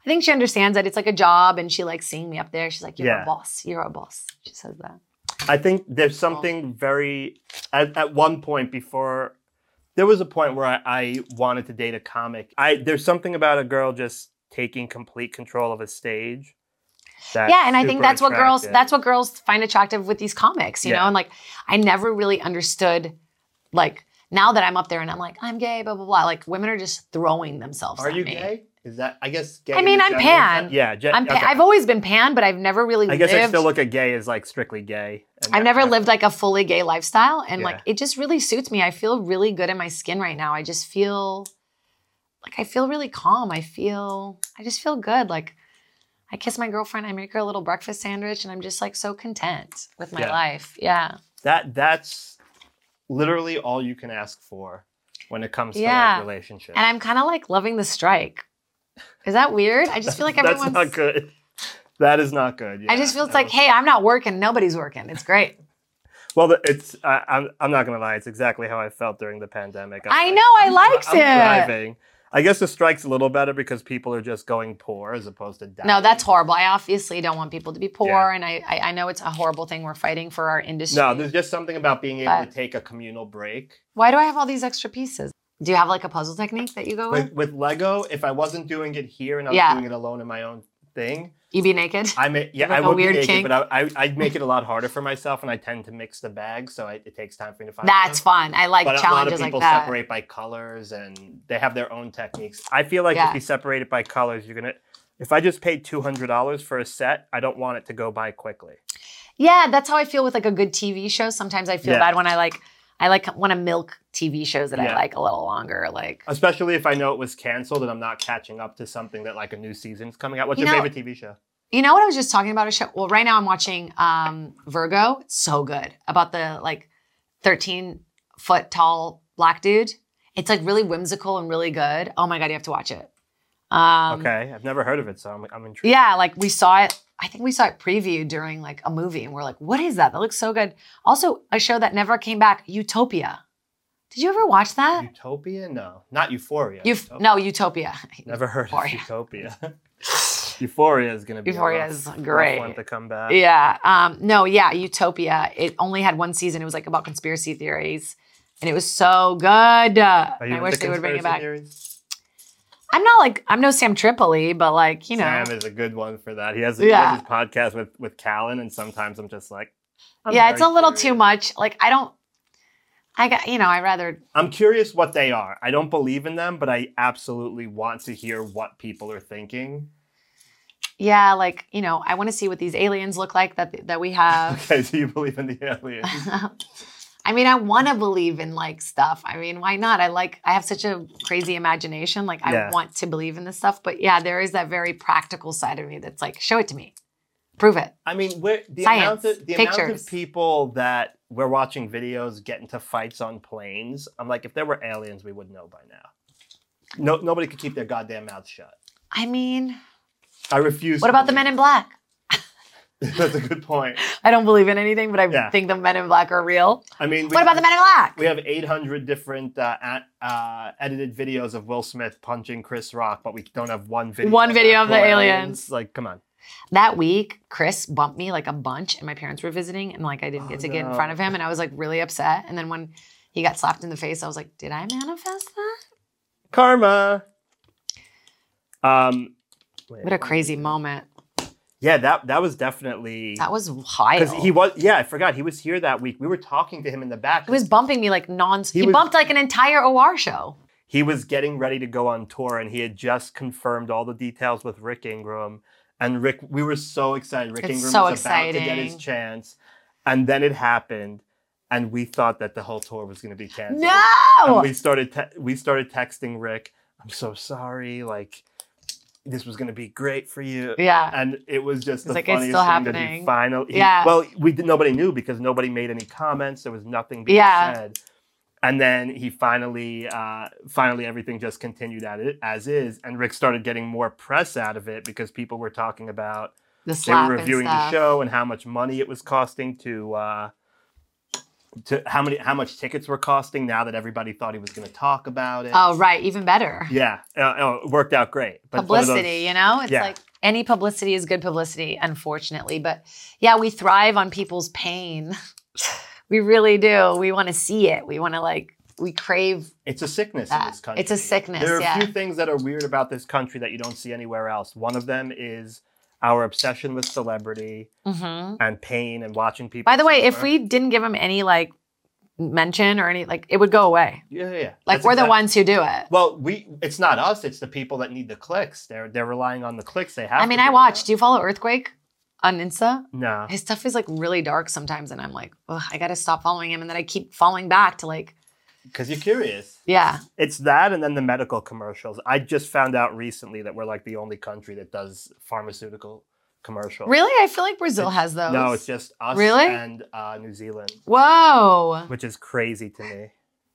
Speaker 1: i think she understands that it's like a job and she likes seeing me up there she's like you're
Speaker 2: Yeah.
Speaker 1: a boss you're a boss she says that
Speaker 2: I think there's something very, at, at one point before, there was a point where I, I wanted to date a comic. I There's something about a girl just taking complete control of a stage. that's
Speaker 1: yeah and i think
Speaker 2: super
Speaker 1: that's what girls
Speaker 2: attractive.
Speaker 1: that's what girls find attractive with these comics you
Speaker 2: Yeah.
Speaker 1: know and like i never really understood like now that i'm up there and i'm like i'm gay blah blah blah like women are just throwing themselves
Speaker 2: Are
Speaker 1: at
Speaker 2: you
Speaker 1: me.
Speaker 2: gay? Is that, I guess, gay?
Speaker 1: I mean,
Speaker 2: in
Speaker 1: I'm
Speaker 2: general is
Speaker 1: pan.
Speaker 2: that- Yeah. Ge-
Speaker 1: i'm pa-
Speaker 2: okay.
Speaker 1: i've always been pan but i've never really
Speaker 2: I guess
Speaker 1: lived
Speaker 2: I still look at gay as like strictly gay. and
Speaker 1: I've
Speaker 2: that-
Speaker 1: never
Speaker 2: that's-
Speaker 1: lived like a fully gay lifestyle and
Speaker 2: Yeah.
Speaker 1: like it just really suits me. I feel really good in my skin right now. I just feel like I feel really calm. I feel I just feel good. Like I kiss my girlfriend, I make her a little breakfast sandwich and I'm just like so content with my
Speaker 2: Yeah.
Speaker 1: life. Yeah.
Speaker 2: that that's literally all you can ask for when it comes
Speaker 1: Yeah.
Speaker 2: to like, relationships.
Speaker 1: And I'm kind of like loving the strike. Is that weird? I just feel like everyone's
Speaker 2: that's not good. That is not good.
Speaker 1: I just
Speaker 2: yeah.
Speaker 1: feel it's
Speaker 2: That
Speaker 1: like,
Speaker 2: was-
Speaker 1: hey, I'm not working, nobody's working. It's great.
Speaker 2: Well, the- it's I, I'm I'm not gonna lie. It's exactly how I felt during the pandemic. I'm
Speaker 1: I
Speaker 2: like,
Speaker 1: know I liked
Speaker 2: I'm
Speaker 1: it.
Speaker 2: thriving. I guess the strike's a little better because people are just going poor as opposed to dying.
Speaker 1: No, that's horrible. I obviously don't want people to be poor,
Speaker 2: Yeah.
Speaker 1: and I, I I know it's a horrible thing we're fighting for our industry.
Speaker 2: No, there's just something about being able to
Speaker 1: But-
Speaker 2: take a communal break.
Speaker 1: Why do I have all these extra pieces? Do you have like a puzzle technique that you go with?
Speaker 2: With, with Lego, if I wasn't doing it here and I was
Speaker 1: Yeah.
Speaker 2: doing it alone in my own thing,
Speaker 1: You be naked?
Speaker 2: I may, yeah,
Speaker 1: Like
Speaker 2: I
Speaker 1: a
Speaker 2: would be
Speaker 1: weird
Speaker 2: naked,
Speaker 1: kink?
Speaker 2: but I, I I make it a lot harder for myself, and I tend to mix the bags, so I, it takes time for me to find.
Speaker 1: That's
Speaker 2: stuff.
Speaker 1: fun. I like
Speaker 2: But a lot of
Speaker 1: challenges like
Speaker 2: people
Speaker 1: that.
Speaker 2: separate by colors, and they have their own techniques. I feel like
Speaker 1: Yeah.
Speaker 2: if you separate it by colors, you're gonna. If I just paid two hundred dollars for a set, I don't want it to go by quickly.
Speaker 1: Yeah, that's how I feel with like a good TV show. Sometimes I feel
Speaker 2: Yeah.
Speaker 1: bad when I like I like want to milk TV shows that
Speaker 2: Yeah.
Speaker 1: I like a little longer. Like
Speaker 2: Especially if I know it was canceled and I'm not catching up to something that like a new season's coming out. What's
Speaker 1: You
Speaker 2: your
Speaker 1: know-
Speaker 2: favorite TV show?
Speaker 1: you know what I was just talking about a show. Well, right now I'm watching um Virgo. It's so good about the like 13 foot tall black dude. It's like really whimsical and really good. Oh my god, you have to watch it. Um,
Speaker 2: okay, I've never heard of it, so I'm I'm intrigued.
Speaker 1: Yeah, like we saw it. I think we saw it previewed during like a movie, and we're like, "What is that? That looks so good." Also, a show that never came back, Utopia. Did you ever watch that?
Speaker 2: Utopia? No, not Euphoria.
Speaker 1: You
Speaker 2: Utopia.
Speaker 1: no Utopia.
Speaker 2: Never heard
Speaker 1: Euphoria.
Speaker 2: of Utopia. Euphoria is gonna be
Speaker 1: Euphoria
Speaker 2: a rough,
Speaker 1: is
Speaker 2: rough
Speaker 1: great.
Speaker 2: one to come back.
Speaker 1: Yeah. Um, no, yeah, Utopia. It only had one season. It was like about conspiracy theories. And it was so good.
Speaker 2: Are you
Speaker 1: I
Speaker 2: into
Speaker 1: wish they would bring
Speaker 2: conspiracy
Speaker 1: it back.
Speaker 2: theories?
Speaker 1: I'm not like I'm no Sam Tripoli, but like, you know.
Speaker 2: Sam is a good one for that. He has, he
Speaker 1: Yeah.
Speaker 2: has his podcast with with Callan, and sometimes I'm just like, I'm
Speaker 1: yeah, it's a
Speaker 2: very
Speaker 1: little
Speaker 2: curious.
Speaker 1: too much. Like I don't I got you know, I rather
Speaker 2: I'm curious what they are. I don't believe in them, but I absolutely want to hear what people are thinking.
Speaker 1: yeah, like, you know, I want to see what these aliens look like that that we have.
Speaker 2: Okay, so you believe in the aliens?
Speaker 1: I mean, I want to believe in like stuff. I mean, why not? I like I have such a crazy imagination. Like I
Speaker 2: Yeah.
Speaker 1: want to believe in this stuff, but yeah, there is that very practical side of me that's like, show it to me. Prove it.
Speaker 2: I mean, where the
Speaker 1: Science,
Speaker 2: amount of the amount
Speaker 1: pictures.
Speaker 2: of people that we're watching videos get into fights on planes. I'm like, if there were aliens, we would know by now. No, nobody could keep their goddamn mouth shut.
Speaker 1: I mean,
Speaker 2: I refuse.
Speaker 1: what
Speaker 2: to
Speaker 1: about the men
Speaker 2: believe-
Speaker 1: in black?
Speaker 2: That's a good point.
Speaker 1: I don't believe in anything, but I
Speaker 2: Yeah.
Speaker 1: think the men in black are real.
Speaker 2: I mean, we,
Speaker 1: what about the men in black?
Speaker 2: We have 800 different uh, at, uh, edited videos of Will Smith punching Chris Rock, but we don't have one video.
Speaker 1: One video of the
Speaker 2: actual
Speaker 1: aliens.
Speaker 2: Like, come on.
Speaker 1: That week, Chris bumped me like a bunch, and my parents were visiting, and like I didn't get
Speaker 2: Oh,
Speaker 1: to get in
Speaker 2: no.
Speaker 1: front of him, and I was like really upset. And then when he got slapped in the face, I was like, did I manifest that?
Speaker 2: Karma. Um. wait,
Speaker 1: What a crazy moment.
Speaker 2: Yeah, that that was definitely.
Speaker 1: That was wild.
Speaker 2: Because he was, yeah, I forgot. He was here that week. We were talking to him in the back.
Speaker 1: He was bumping me like non. He,
Speaker 2: He was-
Speaker 1: bumped like an entire OR show.
Speaker 2: he was getting ready to go on tour, and he had just confirmed all the details with Rick Ingram. And Rick, we were so excited. Rick
Speaker 1: It's
Speaker 2: Ingram
Speaker 1: so
Speaker 2: was about to get his
Speaker 1: exciting.
Speaker 2: chance, and then it happened, and we thought that the whole tour was going to be canceled.
Speaker 1: No,
Speaker 2: And we started te- we started texting Rick. I'm so sorry. Like this was going to be great for you.
Speaker 1: yeah,
Speaker 2: and it was
Speaker 1: It's
Speaker 2: just the
Speaker 1: like, it's
Speaker 2: funniest
Speaker 1: still
Speaker 2: thing that he
Speaker 1: happening.
Speaker 2: finally. he-
Speaker 1: Yeah.
Speaker 2: Well, we did, nobody knew because nobody made any comments. There was nothing being
Speaker 1: Yeah.
Speaker 2: said, and then he finally, uh, finally, everything just continued at it as is, and Rick started getting more press out of it because people were talking about
Speaker 1: the
Speaker 2: they
Speaker 1: slap
Speaker 2: were reviewing
Speaker 1: and
Speaker 2: the
Speaker 1: stuff.
Speaker 2: show and how much money it was costing to. Uh, to how many how much tickets were costing now that everybody thought he was going to talk about it
Speaker 1: Oh right, even better.
Speaker 2: yeah uh, uh, it worked out great but it's one of those-
Speaker 1: publicity, you know, it's
Speaker 2: Yeah.
Speaker 1: like any publicity is good publicity, unfortunately. But yeah, we thrive on people's pain. we really do. We want to see it. We want to like. We crave.
Speaker 2: It's a sickness in
Speaker 1: that.
Speaker 2: this country.
Speaker 1: It's a sickness,
Speaker 2: There are
Speaker 1: yeah.
Speaker 2: a few things that are weird about this country that you don't see anywhere else. One of them is our obsession with celebrity
Speaker 1: Mhm.
Speaker 2: and pain and watching people.
Speaker 1: By the way, if
Speaker 2: suffer.
Speaker 1: we didn't give them any like mention or any like, it would go away.
Speaker 2: yeah, yeah, yeah.
Speaker 1: Like
Speaker 2: That's
Speaker 1: we're the
Speaker 2: exact-
Speaker 1: ones who do it.
Speaker 2: Well, we it's not us. It's the people that need the clicks. They're they're relying on the clicks they have.
Speaker 1: I
Speaker 2: to
Speaker 1: mean,
Speaker 2: do
Speaker 1: I
Speaker 2: it.
Speaker 1: watch. Do you follow Earthquake on Insta?
Speaker 2: No,
Speaker 1: his stuff is like really dark sometimes and i'm like Ugh, i gotta stop following him and then i keep falling back to like
Speaker 2: because you're curious.
Speaker 1: yeah
Speaker 2: It's that, and then the medical commercials. I just found out recently that we're like the only country that does pharmaceutical commercials.
Speaker 1: really i feel like brazil has those
Speaker 2: No, it's just us
Speaker 1: Really?
Speaker 2: and uh, New Zealand.
Speaker 1: whoa
Speaker 2: which is crazy to me.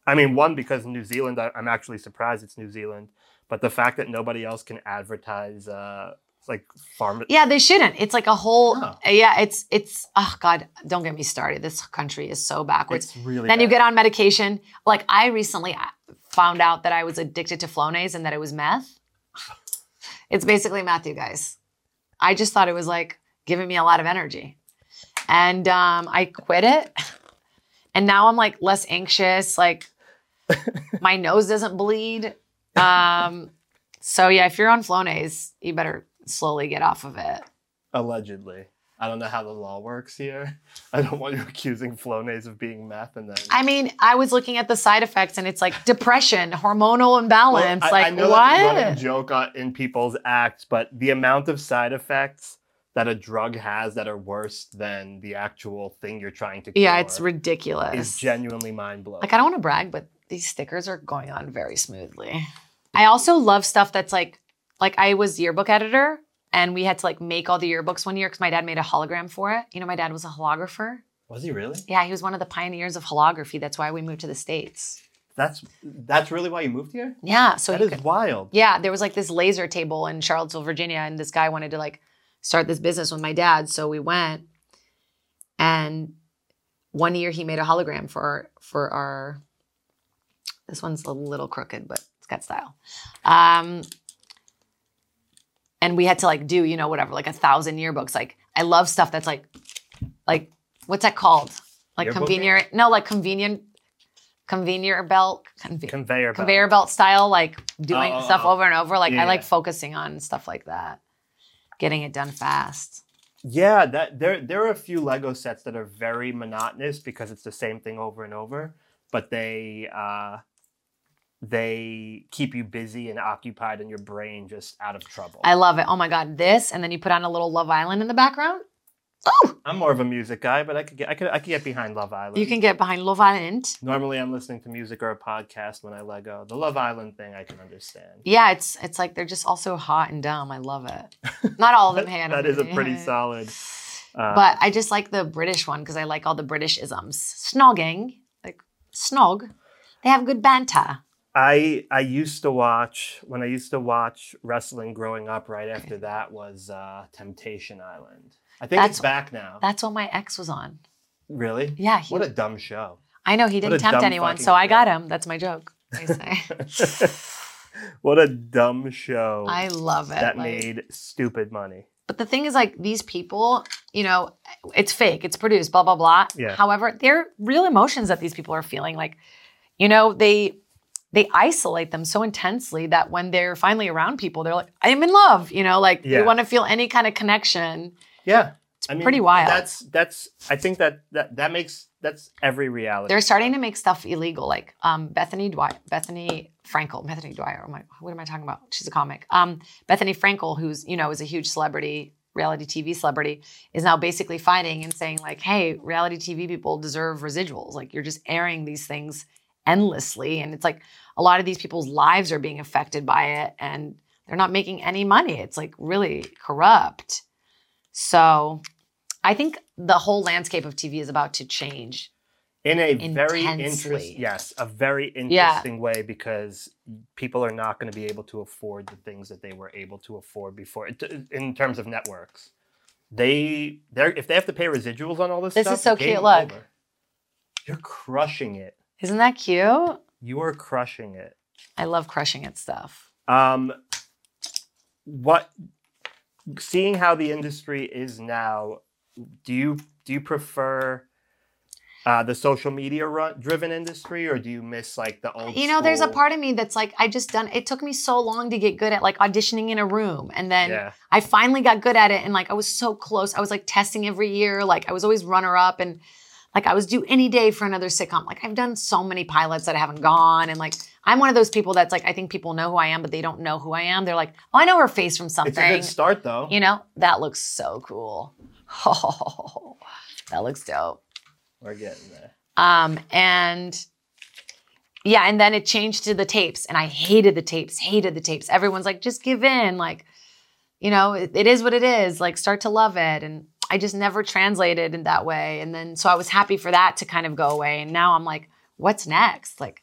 Speaker 2: I mean, one because New Zealand, I, I'm actually surprised it's New Zealand, but the fact that nobody else can advertise uh, like farm.
Speaker 1: yeah they shouldn't it's like a whole
Speaker 2: No.
Speaker 1: yeah it's it's oh god don't get me started this country is so backwards
Speaker 2: It's really.
Speaker 1: then you
Speaker 2: bad.
Speaker 1: get on medication like i recently uh, found out that i was addicted to flonase and that it was meth it's basically meth you guys i just thought it was like giving me a lot of energy and um, i quit it and now i'm like less anxious like my nose doesn't bleed um, so yeah if you're on flonase you better slowly get off of it
Speaker 2: allegedly. I don't know how the law works here. I don't want you accusing Flonase of being meth and then.
Speaker 1: i mean i was looking at the side effects and it's like depression hormonal
Speaker 2: Well,
Speaker 1: imbalance
Speaker 2: I-
Speaker 1: like
Speaker 2: I know
Speaker 1: what
Speaker 2: that's a running joke on, in people's acts, but the amount of side effects that a drug has that are worse than the actual thing you're trying to cure
Speaker 1: Yeah, it's
Speaker 2: is
Speaker 1: ridiculous.
Speaker 2: genuinely mind blowing.
Speaker 1: like I don't want to brag, but these stickers are going on very smoothly. I also love stuff that's like like I was yearbook editor and we had to like make all the yearbooks one year because my dad made a hologram for it. You know, my dad was a holographer.
Speaker 2: Was he really?
Speaker 1: Yeah, he was one of the pioneers of holography. That's why we moved to the States.
Speaker 2: That's that's really why you moved here.
Speaker 1: Yeah. So
Speaker 2: That
Speaker 1: he
Speaker 2: is
Speaker 1: could-
Speaker 2: wild.
Speaker 1: Yeah, there was like this laser table in Charlottesville, Virginia, and this guy wanted to like start this business with my dad, so we went. And one year he made a hologram for for our This one's a little crooked, but it's got style. Um, and we had to like do, you know, whatever, like a thousand yearbooks. Like I love stuff that's like, like what's that called? Like
Speaker 2: Yearbooking?
Speaker 1: convenient? No, like convenient, convenient belt, conve-
Speaker 2: Conveyor belt.
Speaker 1: conveyor belt style, like doing
Speaker 2: Oh, oh,
Speaker 1: stuff
Speaker 2: oh.
Speaker 1: over and over. Like
Speaker 2: Yeah,
Speaker 1: I like
Speaker 2: yeah.
Speaker 1: focusing on stuff like that, getting it done fast.
Speaker 2: Yeah, that there there are a few Lego sets that are very monotonous because it's the same thing over and over, but they uh they keep you busy and occupied and your brain just out of trouble.
Speaker 1: I love it. Oh my god, this, and then you put on a little Love Island in the background.
Speaker 2: I'm more of a music guy, but I could get I could I could get behind Love Island.
Speaker 1: You can get behind Love Island.
Speaker 2: Normally I'm listening to music or a podcast when I Lego. The Love Island thing I can understand.
Speaker 1: Yeah, it's it's like they're just all so hot and dumb. I love it. Not all of them had.
Speaker 2: that is a pretty solid uh,
Speaker 1: But I just like the British one because I like all the British isms. Snogging, like snog. They have good banter.
Speaker 2: I I used to watch when I used to watch wrestling growing up. Right after that was uh, Temptation Island. I think
Speaker 1: That's-
Speaker 2: it's back now.
Speaker 1: That's what my ex was on.
Speaker 2: really?
Speaker 1: Yeah, he,
Speaker 2: What a dumb show.
Speaker 1: I know he
Speaker 2: what
Speaker 1: didn't
Speaker 2: a
Speaker 1: tempt
Speaker 2: dumb
Speaker 1: anyone,
Speaker 2: fucking
Speaker 1: so I
Speaker 2: show.
Speaker 1: got him. That's my joke. I say.
Speaker 2: what a dumb show
Speaker 1: I love it.
Speaker 2: that
Speaker 1: like-
Speaker 2: made stupid money.
Speaker 1: But the thing is, like these people, you know, it's fake, it's produced, blah blah blah.
Speaker 2: Yeah.
Speaker 1: However, they're real emotions that these people are feeling. Like, you know, they they isolate them so intensely that when they're finally around people, they're like, "I'm in love," you know, like
Speaker 2: Yeah.
Speaker 1: they want to feel any kind of connection.
Speaker 2: Yeah, it's
Speaker 1: pretty wild.
Speaker 2: That's that's. I think that that that makes that's every reality.
Speaker 1: They're starting to make stuff illegal, like um, Bethany Dwyer, Bethany Frankel, Bethany Dwyer. Oh my, what am I talking about? She's a comic. Um, Bethany Frankel, who's you know is a huge celebrity, reality TV celebrity, is now basically fighting and saying like, hey, reality TV people deserve residuals. Like you're just airing these things endlessly, and it's like a lot of these people's lives are being affected by it, and they're not making any money. It's like really corrupt. So. I think the whole landscape of TV is about to change.
Speaker 2: in a very
Speaker 1: Intensely.
Speaker 2: interesting yes a very
Speaker 1: Yeah.
Speaker 2: interesting way because people are not going to be able to afford the things that they were able to afford before It- in terms of networks they they're if they have to pay residuals on all this
Speaker 1: This
Speaker 2: stuff,
Speaker 1: is so cute,
Speaker 2: game
Speaker 1: look.
Speaker 2: over. you're crushing it
Speaker 1: Isn't that cute?
Speaker 2: you are crushing it
Speaker 1: I love crushing it stuff.
Speaker 2: um what seeing how the industry is now do you do you prefer uh, the social media run, driven industry or do you miss like the old
Speaker 1: You know, there's a
Speaker 2: school-
Speaker 1: part of me that's like, I just done it took me so long to get good at like auditioning in a room. And then
Speaker 2: yeah
Speaker 1: I finally got good at it and like I was so close. I was like testing every year. Like I was always runner up and like I was due any day for another sitcom. Like I've done so many pilots that I haven't gone. And like I'm one of those people that's like, I think people know who I am, but they don't know who I am. They're like, oh, I know her face from
Speaker 2: it's a
Speaker 1: something.
Speaker 2: good start though
Speaker 1: You know, that looks so cool. Oh, that looks dope.
Speaker 2: we're getting there
Speaker 1: Um, and yeah, and then it changed to the tapes, and I hated the tapes, hated the tapes. Everyone's like, just give in, like, you know, it, it is what it is, like, start to love it. And I just never translated in that way. And then so I was happy for that to kind of go away. And now I'm like, what's next? Like,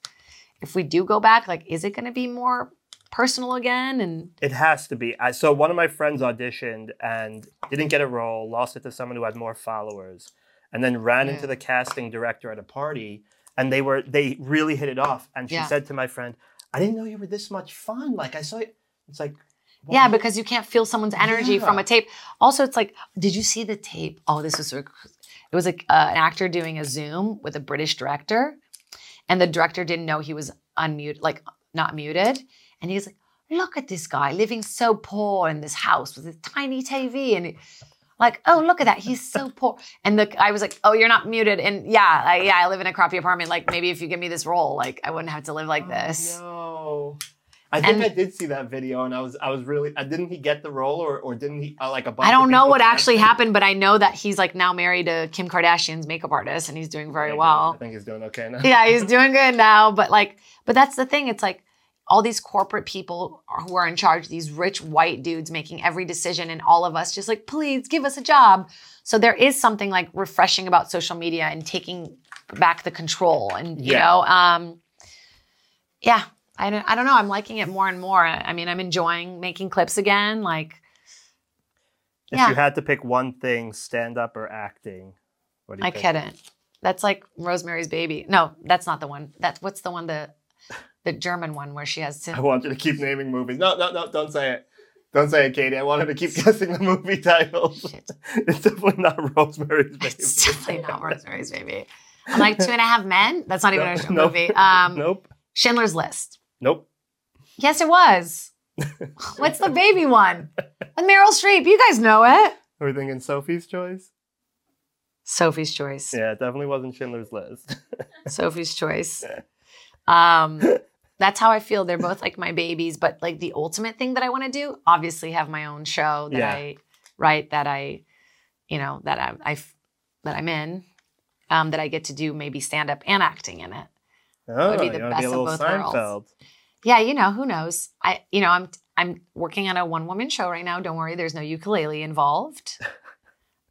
Speaker 1: if we do go back, like, is it going to be more personal again? And
Speaker 2: it has to be I, so one of my friends auditioned and didn't get a role lost it to someone who had more followers and then ran
Speaker 1: Yeah.
Speaker 2: into the casting director at a party and they were they really hit it off and she
Speaker 1: Yeah.
Speaker 2: said to my friend i didn't know you were this much fun like i saw you it's like well,
Speaker 1: yeah, because you can't feel someone's energy
Speaker 2: Yeah.
Speaker 1: from a tape. Also, it's like, did you see the tape? Oh, this was so- it was like uh, an actor doing a Zoom with a British director, and the director didn't know he was unmuted, like not muted, and he's like, look at this guy living so poor in this house with this tiny TV, and. It, like, oh, look at that. He's so poor. And the I was like, oh, you're not muted. And yeah, I, yeah, I live in a crappy apartment. Like, maybe if you give me this role, like, I wouldn't have to live like
Speaker 2: oh,
Speaker 1: this.
Speaker 2: no I think
Speaker 1: And-
Speaker 2: I did see that video, and I was I was really I didn't he get the role or or didn't he uh, like a bunch?
Speaker 1: I
Speaker 2: of
Speaker 1: don't know
Speaker 2: people
Speaker 1: what
Speaker 2: cast
Speaker 1: actually
Speaker 2: him?
Speaker 1: happened, but I know that he's like now married to Kim Kardashian's makeup artist and he's doing very
Speaker 2: I
Speaker 1: well.
Speaker 2: think he's doing okay now.
Speaker 1: Yeah, he's doing good now, but like but that's the thing, it's like all these corporate people are- who are in charge, these rich white dudes making every decision and all of us just like, "Please give us a job." So there is something like refreshing about social media and taking back the control and you
Speaker 2: Yeah.
Speaker 1: know, um yeah, I don't, I don't know. I'm liking it more and more. I I mean, I'm enjoying making clips again. Like,
Speaker 2: If
Speaker 1: Yeah.
Speaker 2: you had to pick one thing, stand up or acting, what do you
Speaker 1: I
Speaker 2: pick?
Speaker 1: couldn't. That's like Rosemary's Baby. No, that's not the one. That's what's the one that the German one where she has
Speaker 2: I
Speaker 1: to.
Speaker 2: want you to keep naming movies. No, no, no, don't say it. Don't say it, Katie. I wanted to keep guessing the movie titles.
Speaker 1: Shit.
Speaker 2: It's definitely not Rosemary's Baby.
Speaker 1: It's definitely not Rosemary's Baby. I'm like Two and a Half Men. That's not even
Speaker 2: No,
Speaker 1: a
Speaker 2: no,
Speaker 1: movie. Um,
Speaker 2: Nope.
Speaker 1: Schindler's List.
Speaker 2: Nope.
Speaker 1: Yes, it was. What's the baby one? With Meryl Streep. You guys know it.
Speaker 2: Are we thinking Sophie's Choice?
Speaker 1: Sophie's Choice.
Speaker 2: Yeah, it definitely wasn't Schindler's List.
Speaker 1: Sophie's Choice. Um, that's how I feel. They're both like my babies, but like the ultimate thing that I want to do, obviously, have my own show that
Speaker 2: Yeah.
Speaker 1: I write, that I, you know, that I, I f- that I'm in, um, that I get to do maybe stand up and acting in it.
Speaker 2: Oh,
Speaker 1: would be
Speaker 2: you
Speaker 1: the
Speaker 2: wanna
Speaker 1: best
Speaker 2: be a
Speaker 1: of
Speaker 2: little
Speaker 1: both
Speaker 2: Seinfeld.
Speaker 1: worlds. Yeah, you know, who knows? I, you know, I'm I'm working on a one woman show right now. Don't worry, there's no ukulele involved.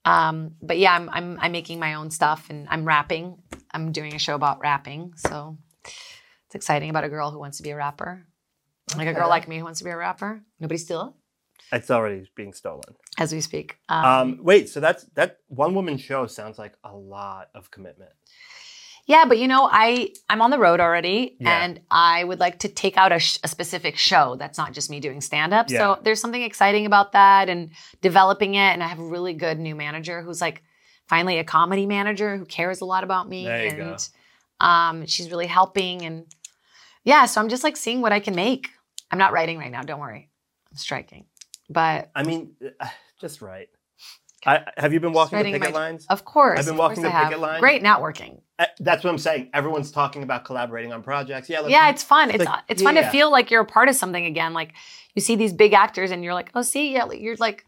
Speaker 1: Um, but yeah, I'm I'm I'm making my own stuff and I'm rapping. I'm doing a show about rapping, so it's exciting about a girl who wants to be a rapper, like a girl
Speaker 2: Okay.
Speaker 1: like me who wants to be a rapper. Nobody steal
Speaker 2: It's already being stolen.
Speaker 1: as we speak.
Speaker 2: Um, wait, so that's that one woman show sounds like a lot of commitment.
Speaker 1: Yeah, but you know, I I'm on the road already,
Speaker 2: Yeah.
Speaker 1: and I would like to take out a, sh- a specific show that's not just me doing stand up.
Speaker 2: Yeah.
Speaker 1: So there's something exciting about that and developing it. And I have a really good new manager who's like finally a comedy manager who cares a lot about me,
Speaker 2: There you go.
Speaker 1: and um, she's really helping. And yeah, so I'm just like seeing what I can make. I'm not writing right now. Don't worry, I'm striking. But
Speaker 2: I mean, uh, just right. I, have you been walking the
Speaker 1: writing
Speaker 2: picket
Speaker 1: my- Oh.
Speaker 2: lines?
Speaker 1: of course,
Speaker 2: I've been
Speaker 1: of
Speaker 2: walking
Speaker 1: course
Speaker 2: the
Speaker 1: I have.
Speaker 2: picket line.
Speaker 1: Great networking.
Speaker 2: Uh, That's what I'm saying. Everyone's talking about collaborating on projects. Yeah, let's
Speaker 1: yeah, it's fun. It's uh,
Speaker 2: like,
Speaker 1: it's fun
Speaker 2: yeah.
Speaker 1: to feel like you're a part of something again. Like you see these big actors, and you're like, oh, see, yeah, you're like,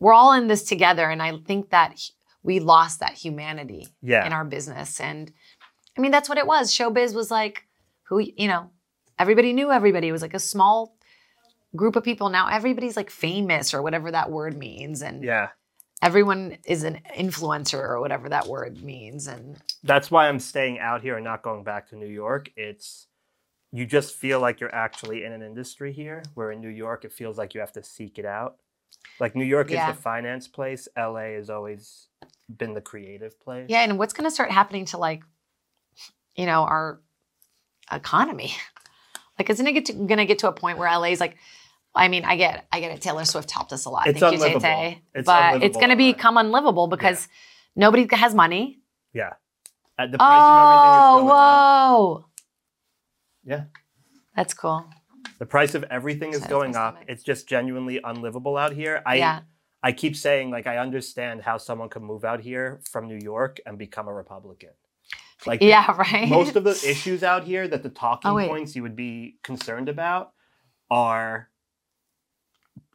Speaker 1: we're all in this together. And I think that hu- we lost that humanity
Speaker 2: yeah.
Speaker 1: in our business. And I mean, that's what it was. Showbiz was like, who you know, everybody knew everybody. It was like a small group of people. Now everybody's like famous or whatever that word means, and
Speaker 2: yeah.
Speaker 1: everyone is an influencer or whatever that word means. And
Speaker 2: That's why I'm staying out here and not going back to New York. It's you just feel like you're actually in an industry here, where in New York it feels like you have to seek it out. Like New York
Speaker 1: Yeah.
Speaker 2: is the finance place. LA has always been the creative place.
Speaker 1: Yeah, and what's going to start happening to like, you know, our economy? Like, isn't it get to, going to get to a point where LA's like? I mean, I get, I get it. Taylor Swift helped us a lot.
Speaker 2: It's
Speaker 1: Thank you,
Speaker 2: unlivable.
Speaker 1: Tay-Tay. but it's
Speaker 2: It's unlivable
Speaker 1: going to
Speaker 2: out there.
Speaker 1: become unlivable because nobody has money.
Speaker 2: At the price
Speaker 1: Oh,
Speaker 2: of everything is going up.
Speaker 1: whoa,
Speaker 2: Yeah.
Speaker 1: that's cool.
Speaker 2: The price of everything is
Speaker 1: Sorry, it's my
Speaker 2: going up.
Speaker 1: stomach.
Speaker 2: It's just genuinely unlivable out here. I
Speaker 1: yeah,
Speaker 2: I keep saying like I understand how someone could move out here from New York and become a Republican. Like
Speaker 1: yeah, right.
Speaker 2: most of the issues out here that the talking
Speaker 1: Oh, wait.
Speaker 2: points you would be concerned about are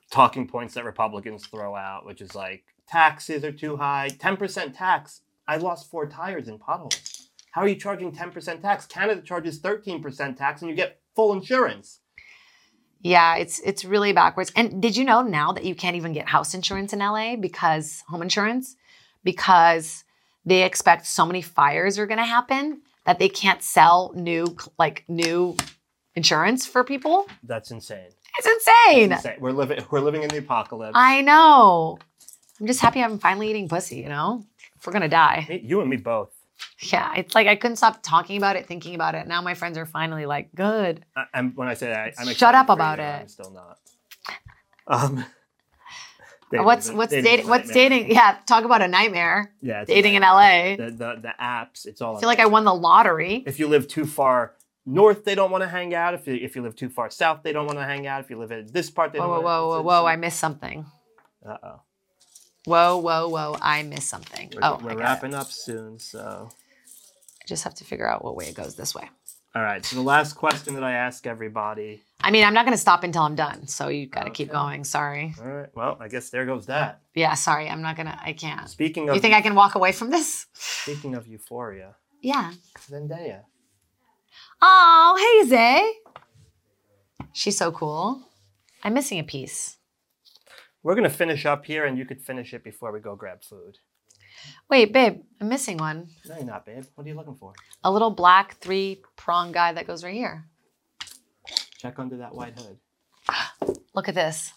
Speaker 2: talking points that Republicans throw out, which is like taxes are too high, 10% tax. I lost four tires in potholes. How are you charging 10% tax? Canada charges 13% tax and you get full insurance.
Speaker 1: Yeah, it's it's really backwards. And did you know now that you can't even get house insurance in LA because home insurance because they expect so many fires are going to happen that they can't sell new like new insurance for people?
Speaker 2: That's insane.
Speaker 1: It's
Speaker 2: That's
Speaker 1: insane.
Speaker 2: insane. We're living we're living in the apocalypse.
Speaker 1: I know. I'm just happy I'm finally eating pussy, you know? If we're going to die.
Speaker 2: Me- you and me both.
Speaker 1: Yeah, it's like I couldn't stop talking about it, thinking about it. Now my friends are finally like, "Good."
Speaker 2: I, am when I say that, I, I'm
Speaker 1: Shut
Speaker 2: excited
Speaker 1: up
Speaker 2: for
Speaker 1: about
Speaker 2: you,
Speaker 1: it.
Speaker 2: I'm still not. Um, dating's
Speaker 1: what's
Speaker 2: a-
Speaker 1: what's
Speaker 2: dating's a
Speaker 1: dating what's
Speaker 2: nightmare.
Speaker 1: dating? Yeah, talk about a nightmare.
Speaker 2: Yeah, it's a
Speaker 1: Dating in
Speaker 2: nightmare.
Speaker 1: LA.
Speaker 2: The, the the apps, it's all.
Speaker 1: I feel like I won the lottery.
Speaker 2: If you live too far north, they don't want to hang out. If you if you live too far south, they don't want to hang out. If you live in this part, they
Speaker 1: Whoa, whoa,
Speaker 2: don't.
Speaker 1: whoa, whoa, whoa! I missed something.
Speaker 2: Uh oh,
Speaker 1: Whoa, whoa, whoa! I missed something.
Speaker 2: we're,
Speaker 1: Oh, I
Speaker 2: we're
Speaker 1: got it.
Speaker 2: wrapping up soon, so.
Speaker 1: I just have to figure out what way it goes this way.
Speaker 2: All right. So the last question that I ask everybody.
Speaker 1: I mean, I'm not going to stop until I'm done. So you got to keep
Speaker 2: Okay.
Speaker 1: going. Sorry.
Speaker 2: All right. Well, I guess there goes that.
Speaker 1: Yeah, sorry. I'm not gonna. I can't.
Speaker 2: Speaking of
Speaker 1: You think I can walk away from this?
Speaker 2: speaking of euphoria,
Speaker 1: Yeah.
Speaker 2: Zendaya.
Speaker 1: Oh, hey Zay. She's so cool. I'm missing a piece.
Speaker 2: We're gonna finish up here, and you could finish it before we go grab food.
Speaker 1: Wait, babe. I'm missing one.
Speaker 2: No, you're not, babe. What are you looking for?
Speaker 1: A little black three prong guy that goes right here.
Speaker 2: Check under that white hood.
Speaker 1: Look at this.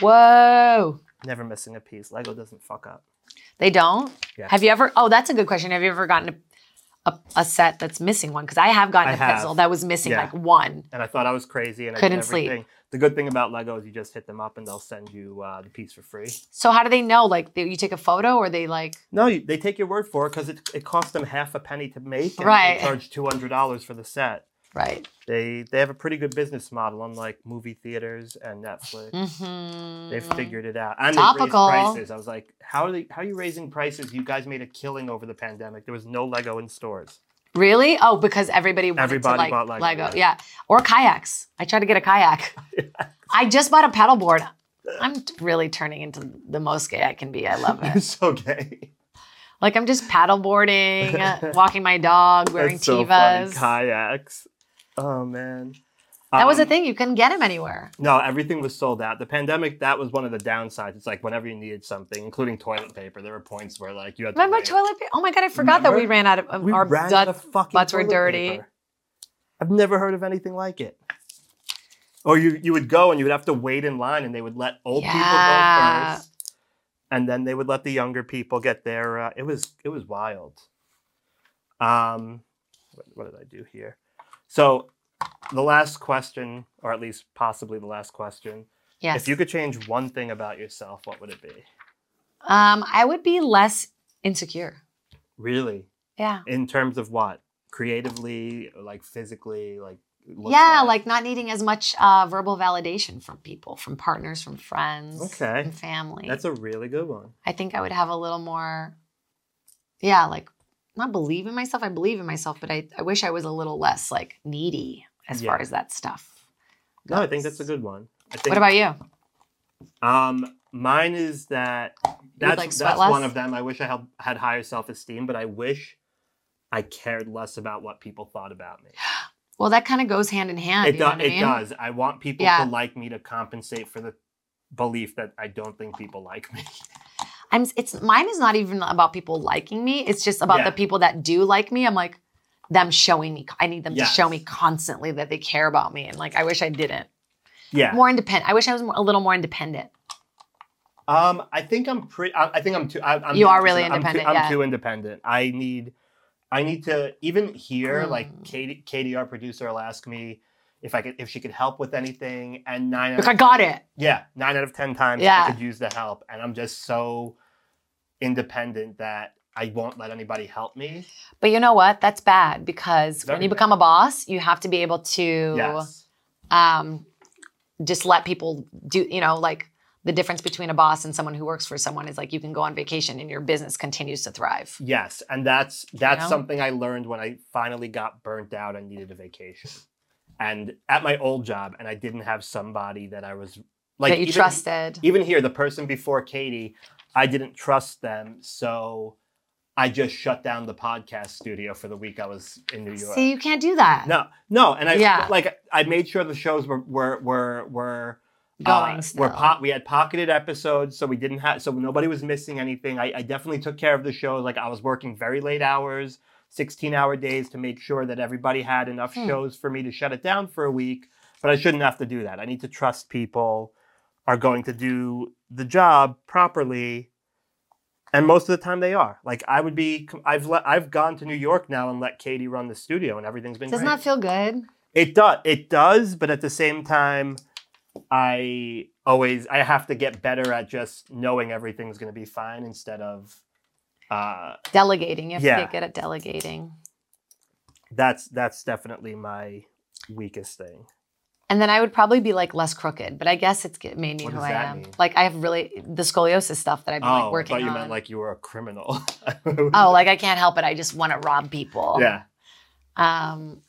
Speaker 1: Whoa.
Speaker 2: Never missing a piece. Lego doesn't fuck up.
Speaker 1: They don't?
Speaker 2: Yeah.
Speaker 1: Have you ever? Oh, that's a good question. Have you ever gotten a, a, a set that's missing one because I have gotten
Speaker 2: I
Speaker 1: a
Speaker 2: have.
Speaker 1: pencil that was missing
Speaker 2: Yeah.
Speaker 1: like one.
Speaker 2: and I thought I was crazy and I
Speaker 1: Couldn't
Speaker 2: did
Speaker 1: sleep.
Speaker 2: everything. The good thing about Lego is you just hit them up and they'll send you uh, the piece for free.
Speaker 1: So how do they know? Like they, you take a photo or they like
Speaker 2: No, you, they take your word for it because it, it cost them half a penny to make. And
Speaker 1: Right.
Speaker 2: They charge two hundred dollars for the set.
Speaker 1: right?
Speaker 2: They they have a pretty good business model, unlike movie theaters and Netflix.
Speaker 1: Mm-hmm.
Speaker 2: They figured it out. And
Speaker 1: Topical.
Speaker 2: they raised prices. I was like, how are they, how are you raising prices? You guys made a killing over the pandemic. There was no Lego in stores.
Speaker 1: Really? Oh, because everybody wanted
Speaker 2: Everybody
Speaker 1: to like
Speaker 2: bought
Speaker 1: Lego.
Speaker 2: Lego,
Speaker 1: Lego.
Speaker 2: right.
Speaker 1: Yeah. Or kayaks. I tried to get a kayak. I just bought a paddleboard. I'm t- really turning into the most gay I can be. I love it.
Speaker 2: It's okay.
Speaker 1: like I'm just paddleboarding, uh, walking my dog, wearing
Speaker 2: That's so funny.
Speaker 1: tivas.
Speaker 2: Kayaks. Oh man.
Speaker 1: that was
Speaker 2: Um,
Speaker 1: a thing. You couldn't get him anywhere.
Speaker 2: No, everything was sold out. The pandemic, that was one of the downsides. It's like whenever you needed something, including toilet paper, there were points where like you had to
Speaker 1: Remember
Speaker 2: wait.
Speaker 1: toilet paper? Oh my god, I forgot that we
Speaker 2: Remember?
Speaker 1: ran out of of
Speaker 2: We
Speaker 1: our
Speaker 2: ran
Speaker 1: dud-
Speaker 2: out of fucking
Speaker 1: butts were
Speaker 2: toilet
Speaker 1: dirty.
Speaker 2: paper. I've never heard of anything like it. Or you you would go and you would have to wait in line, and they would let old people
Speaker 1: Yeah.
Speaker 2: go first, and then they would let the younger people get their. Uh, it was it was wild. Um, what, what did I do here? So, the last question, or at least possibly the last question,
Speaker 1: Yes.
Speaker 2: if you could change one thing about yourself, what would it be?
Speaker 1: um, I would be less insecure.
Speaker 2: Really?
Speaker 1: Yeah.
Speaker 2: In terms of what? Creatively, like physically, like looks
Speaker 1: yeah, like not needing as much uh, verbal validation from people, from partners, from friends,
Speaker 2: Okay.
Speaker 1: and family.
Speaker 2: That's a really good one.
Speaker 1: I think I would have a little more, yeah, like not believe in myself. I believe in myself, but I, I wish I was a little less like needy as far
Speaker 2: Yeah.
Speaker 1: as that stuff.
Speaker 2: No, I think that's a good one. I think,
Speaker 1: What about you?
Speaker 2: um mine is that that's,
Speaker 1: like, sweat
Speaker 2: that's
Speaker 1: less?
Speaker 2: one of them. I wish I had, had higher self-esteem, but I wish I cared less about what people thought about me.
Speaker 1: Well, that kind of goes hand in hand.
Speaker 2: It,
Speaker 1: you
Speaker 2: do-
Speaker 1: know what I
Speaker 2: it
Speaker 1: mean?
Speaker 2: does. I want people
Speaker 1: Yeah.
Speaker 2: to like me to compensate for the belief that I don't think people like me.
Speaker 1: I'm. It's mine is not even about people liking me. It's just about
Speaker 2: Yeah.
Speaker 1: the people that do like me. I'm like them showing me. I need them
Speaker 2: Yes.
Speaker 1: to show me constantly that they care about me, and like I wish I didn't.
Speaker 2: Yeah.
Speaker 1: More independent. I wish I was more, a little more independent.
Speaker 2: Um, I think I'm pretty. I, I think I'm too. I, I'm
Speaker 1: You
Speaker 2: the
Speaker 1: are really
Speaker 2: opposite. I'm too-
Speaker 1: independent,
Speaker 2: I'm too,
Speaker 1: yeah.
Speaker 2: independent. I need. I need to even here.
Speaker 1: Mm.
Speaker 2: Like Katie, Katie, our producer, will ask me if I could, if she could help with anything, and nine. Out
Speaker 1: Like I got it.
Speaker 2: yeah, nine out of ten times
Speaker 1: Yeah.
Speaker 2: I could use the help, and I'm just so independent that I won't let anybody help me.
Speaker 1: But you know what? That's bad because when
Speaker 2: Very
Speaker 1: you
Speaker 2: bad.
Speaker 1: become a boss, you have to be able to
Speaker 2: Yes.
Speaker 1: um, just let people do, you know, like the difference between a boss and someone who works for someone is like you can go on vacation and your business continues to thrive.
Speaker 2: Yes, and that's that's
Speaker 1: know?
Speaker 2: something I learned when I finally got burnt out and needed a vacation. And at my old job, and I didn't have somebody that I was like
Speaker 1: that you
Speaker 2: even,
Speaker 1: trusted.
Speaker 2: Even here, the person before Katie, I didn't trust them, so I just shut down the podcast studio for the week I was in New York.
Speaker 1: See, you can't do that.
Speaker 2: no, no, and I
Speaker 1: Yeah.
Speaker 2: like I made sure the shows were were were were
Speaker 1: Going
Speaker 2: uh,
Speaker 1: still.
Speaker 2: We're po- we had pocketed episodes, so we didn't have so nobody was missing anything. I, I definitely took care of the shows. Like I was working very late hours, sixteen hour days to make sure that everybody had enough
Speaker 1: Hmm.
Speaker 2: shows for me to shut it down for a week. But I shouldn't have to do that. I need to trust people are going to do the job properly. And most of the time they are. Like I would be, I've let, I've gone to New York now and let Katie run the studio, and everything's been
Speaker 1: Doesn't
Speaker 2: great.
Speaker 1: that feel good?
Speaker 2: It does. It does, but at the same time, I always I have to get better at just knowing everything's going to be fine instead of uh
Speaker 1: Delegating. You have to
Speaker 2: Yeah.
Speaker 1: get good at delegating.
Speaker 2: that's that's definitely my weakest thing.
Speaker 1: And then I would probably be like less crooked, but I guess it's get- made me
Speaker 2: What
Speaker 1: who
Speaker 2: does
Speaker 1: I
Speaker 2: that
Speaker 1: am.
Speaker 2: mean?
Speaker 1: Like I have really the scoliosis stuff that I've been like
Speaker 2: Oh, I
Speaker 1: working
Speaker 2: thought you
Speaker 1: on.
Speaker 2: meant like you were a criminal.
Speaker 1: oh, like I can't help it. I just want to rob people.
Speaker 2: yeah.
Speaker 1: Um,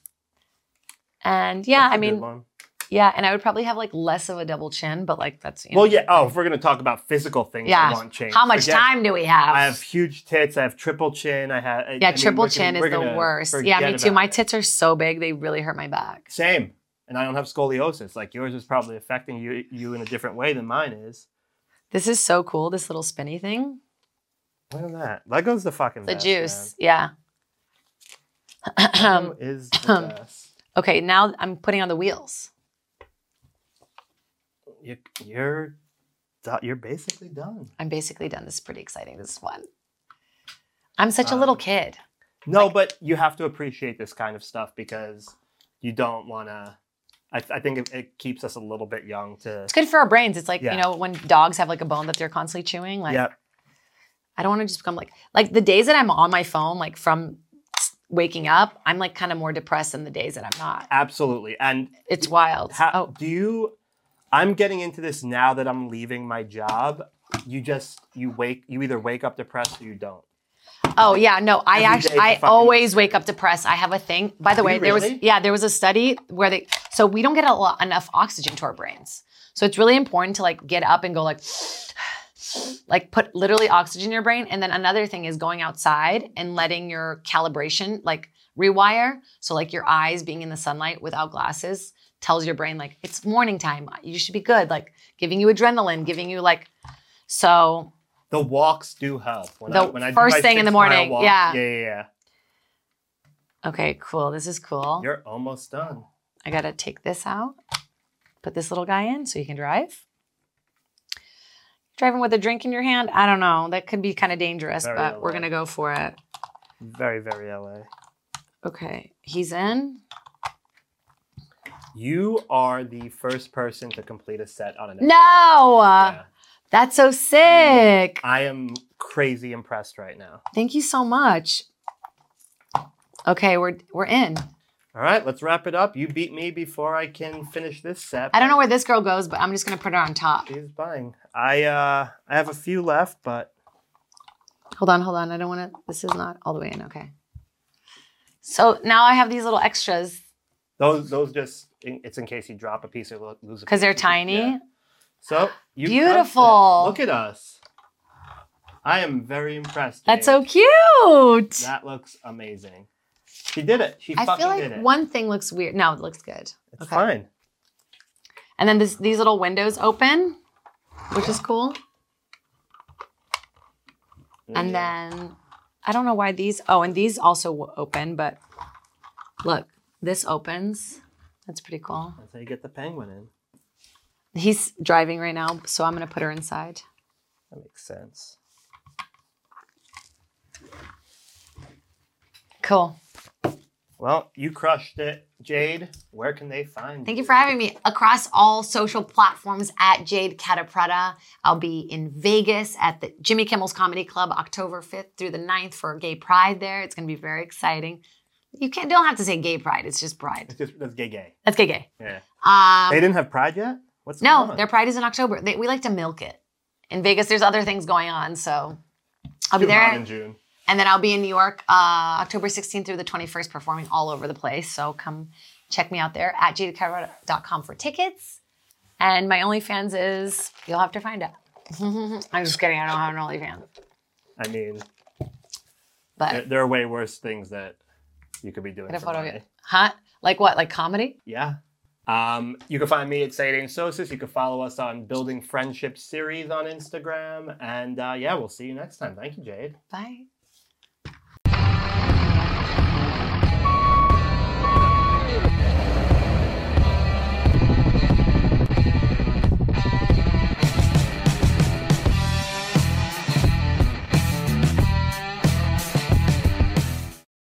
Speaker 1: and yeah,
Speaker 2: That's
Speaker 1: I
Speaker 2: a good
Speaker 1: mean,
Speaker 2: one.
Speaker 1: yeah, and I would probably have like less of a double chin, but like that's you
Speaker 2: Well,
Speaker 1: know,
Speaker 2: yeah. Oh, if we're going to talk about physical things,
Speaker 1: Yeah.
Speaker 2: I want change.
Speaker 1: How much
Speaker 2: Forget-
Speaker 1: time do we have?
Speaker 2: I have huge tits. I have triple chin. I have I-
Speaker 1: yeah,
Speaker 2: I mean,
Speaker 1: triple
Speaker 2: we're gonna-
Speaker 1: chin
Speaker 2: we're
Speaker 1: is the
Speaker 2: gonna
Speaker 1: worst. Yeah, me
Speaker 2: forget
Speaker 1: too.
Speaker 2: about
Speaker 1: My
Speaker 2: it.
Speaker 1: tits are so big; they really hurt my back.
Speaker 2: Same. And I don't have scoliosis. Like yours is probably affecting you you in a different way than mine is.
Speaker 1: This is so cool. This little spinny thing,
Speaker 2: Look at that. Lego's the fucking
Speaker 1: the
Speaker 2: best,
Speaker 1: juice.
Speaker 2: man.
Speaker 1: Yeah.
Speaker 2: Lego is
Speaker 1: Um,
Speaker 2: the best.
Speaker 1: okay, now I'm putting on the wheels.
Speaker 2: You, you're do- you're basically done.
Speaker 1: I'm basically done. This is pretty exciting. This is fun. I'm such a little
Speaker 2: Um,
Speaker 1: kid.
Speaker 2: No, but you have to appreciate this kind of stuff because you don't want to. I, I think it, it keeps us a little bit young to.
Speaker 1: It's good for our brains. It's like, you
Speaker 2: Yeah.
Speaker 1: know, when dogs have like a bone that they're constantly chewing, like
Speaker 2: yeah,
Speaker 1: I don't want to just become like like the days that I'm on my phone, like from waking up, I'm like kind of more depressed than the days that I'm not.
Speaker 2: absolutely. And
Speaker 1: It's wild.
Speaker 2: How
Speaker 1: oh,
Speaker 2: do you? I'm getting into this now that I'm leaving my job. You just you wake you either wake up depressed or you don't.
Speaker 1: oh yeah, no, I
Speaker 2: Every
Speaker 1: actually
Speaker 2: day for
Speaker 1: I
Speaker 2: fucking-
Speaker 1: always wake up depressed. I have a thing. By the
Speaker 2: Do
Speaker 1: way,
Speaker 2: you
Speaker 1: there was
Speaker 2: really?
Speaker 1: yeah, there was a study where they so we don't get a lot, enough oxygen to our brains. So it's really important to like get up and go like like put literally oxygen in your brain and then another thing is going outside and letting your calibration like rewire so like your eyes being in the sunlight without glasses tells your brain like it's morning time you should be good like giving you adrenaline giving you like so
Speaker 2: The walks do help. When
Speaker 1: The
Speaker 2: when do
Speaker 1: first
Speaker 2: my
Speaker 1: thing in the
Speaker 2: six-mile
Speaker 1: morning,
Speaker 2: walk-
Speaker 1: yeah.
Speaker 2: yeah, yeah,
Speaker 1: okay cool this is
Speaker 2: yeah.
Speaker 1: cool
Speaker 2: You're almost done.
Speaker 1: I gotta take this out, put this little guy in so you can drive. Driving with a drink in your hand, I don't know. That could be kind of dangerous,
Speaker 2: Very
Speaker 1: but we're
Speaker 2: LA.
Speaker 1: gonna go for it.
Speaker 2: Very very LA.
Speaker 1: Okay, he's in.
Speaker 2: You are the first person to complete a set on an.
Speaker 1: No,
Speaker 2: Yeah.
Speaker 1: that's so sick.
Speaker 2: I am crazy impressed right now.
Speaker 1: Thank you so much. Okay, we're we're in.
Speaker 2: All right, let's wrap it up. You beat me before I can finish this set.
Speaker 1: I don't know where this girl goes, but I'm just gonna put her on top.
Speaker 2: she's buying. I uh I have a few left, but
Speaker 1: Hold on, hold on. I don't want to. This is not all the way in. Okay. So now I have these little extras
Speaker 2: Those those just in, it's in case you drop a piece or lo- lose a
Speaker 1: because they're
Speaker 2: piece.
Speaker 1: tiny.
Speaker 2: Yeah. So you crushed it.
Speaker 1: Beautiful.
Speaker 2: Look at us. I am very impressed.
Speaker 1: That's so
Speaker 2: Jade.
Speaker 1: cute.
Speaker 2: That looks amazing. She did it. She
Speaker 1: I
Speaker 2: fucking
Speaker 1: feel
Speaker 2: did
Speaker 1: like
Speaker 2: it.
Speaker 1: one thing looks weird. No, it looks good.
Speaker 2: it's
Speaker 1: okay.
Speaker 2: fine.
Speaker 1: And then this, these little windows open, which is cool.
Speaker 2: Mm-hmm.
Speaker 1: And then I don't know why these. Oh, and these also w- open, but look, this opens. That's pretty cool.
Speaker 2: that's how you get the penguin in.
Speaker 1: He's driving right now, so I'm gonna put her inside.
Speaker 2: That makes sense.
Speaker 1: Cool.
Speaker 2: Well, you crushed it, Jade. Where can they find
Speaker 1: Thank
Speaker 2: you?
Speaker 1: you for having me. Across all social platforms at Jade Catapretta. I'll be in Vegas at the Jimmy Kimmel's Comedy Club October 5th through the 9th for Gay Pride there. It's going to be very exciting. You can't don't have to say Gay Pride. It's just Pride.
Speaker 2: It's just that's gay gay.
Speaker 1: That's gay gay.
Speaker 2: Yeah.
Speaker 1: Um,
Speaker 2: they didn't have pride yet. What's going
Speaker 1: no,
Speaker 2: on?
Speaker 1: their Pride is in October. They, we like to milk it. In Vegas, there's other things going on, so I'll be
Speaker 2: Too hot
Speaker 1: there.
Speaker 2: in June.
Speaker 1: And then I'll be in New York uh, October 16th through the 21st performing all over the place. So come check me out there at jadecaro.com for tickets. And my OnlyFans is, you'll have to find out. I'm just kidding. I don't have an OnlyFans.
Speaker 2: I mean, there,
Speaker 1: But
Speaker 2: there are way worse things that you could be doing.
Speaker 1: get a
Speaker 2: for
Speaker 1: photo of
Speaker 2: money.
Speaker 1: it. Huh? Like what? Like comedy?
Speaker 2: Yeah. Um, you can find me at Sading Sosis. You can follow us on Building Friendship Series on Instagram. And uh, yeah, we'll see you next time. Thank you, Jade.
Speaker 1: Bye.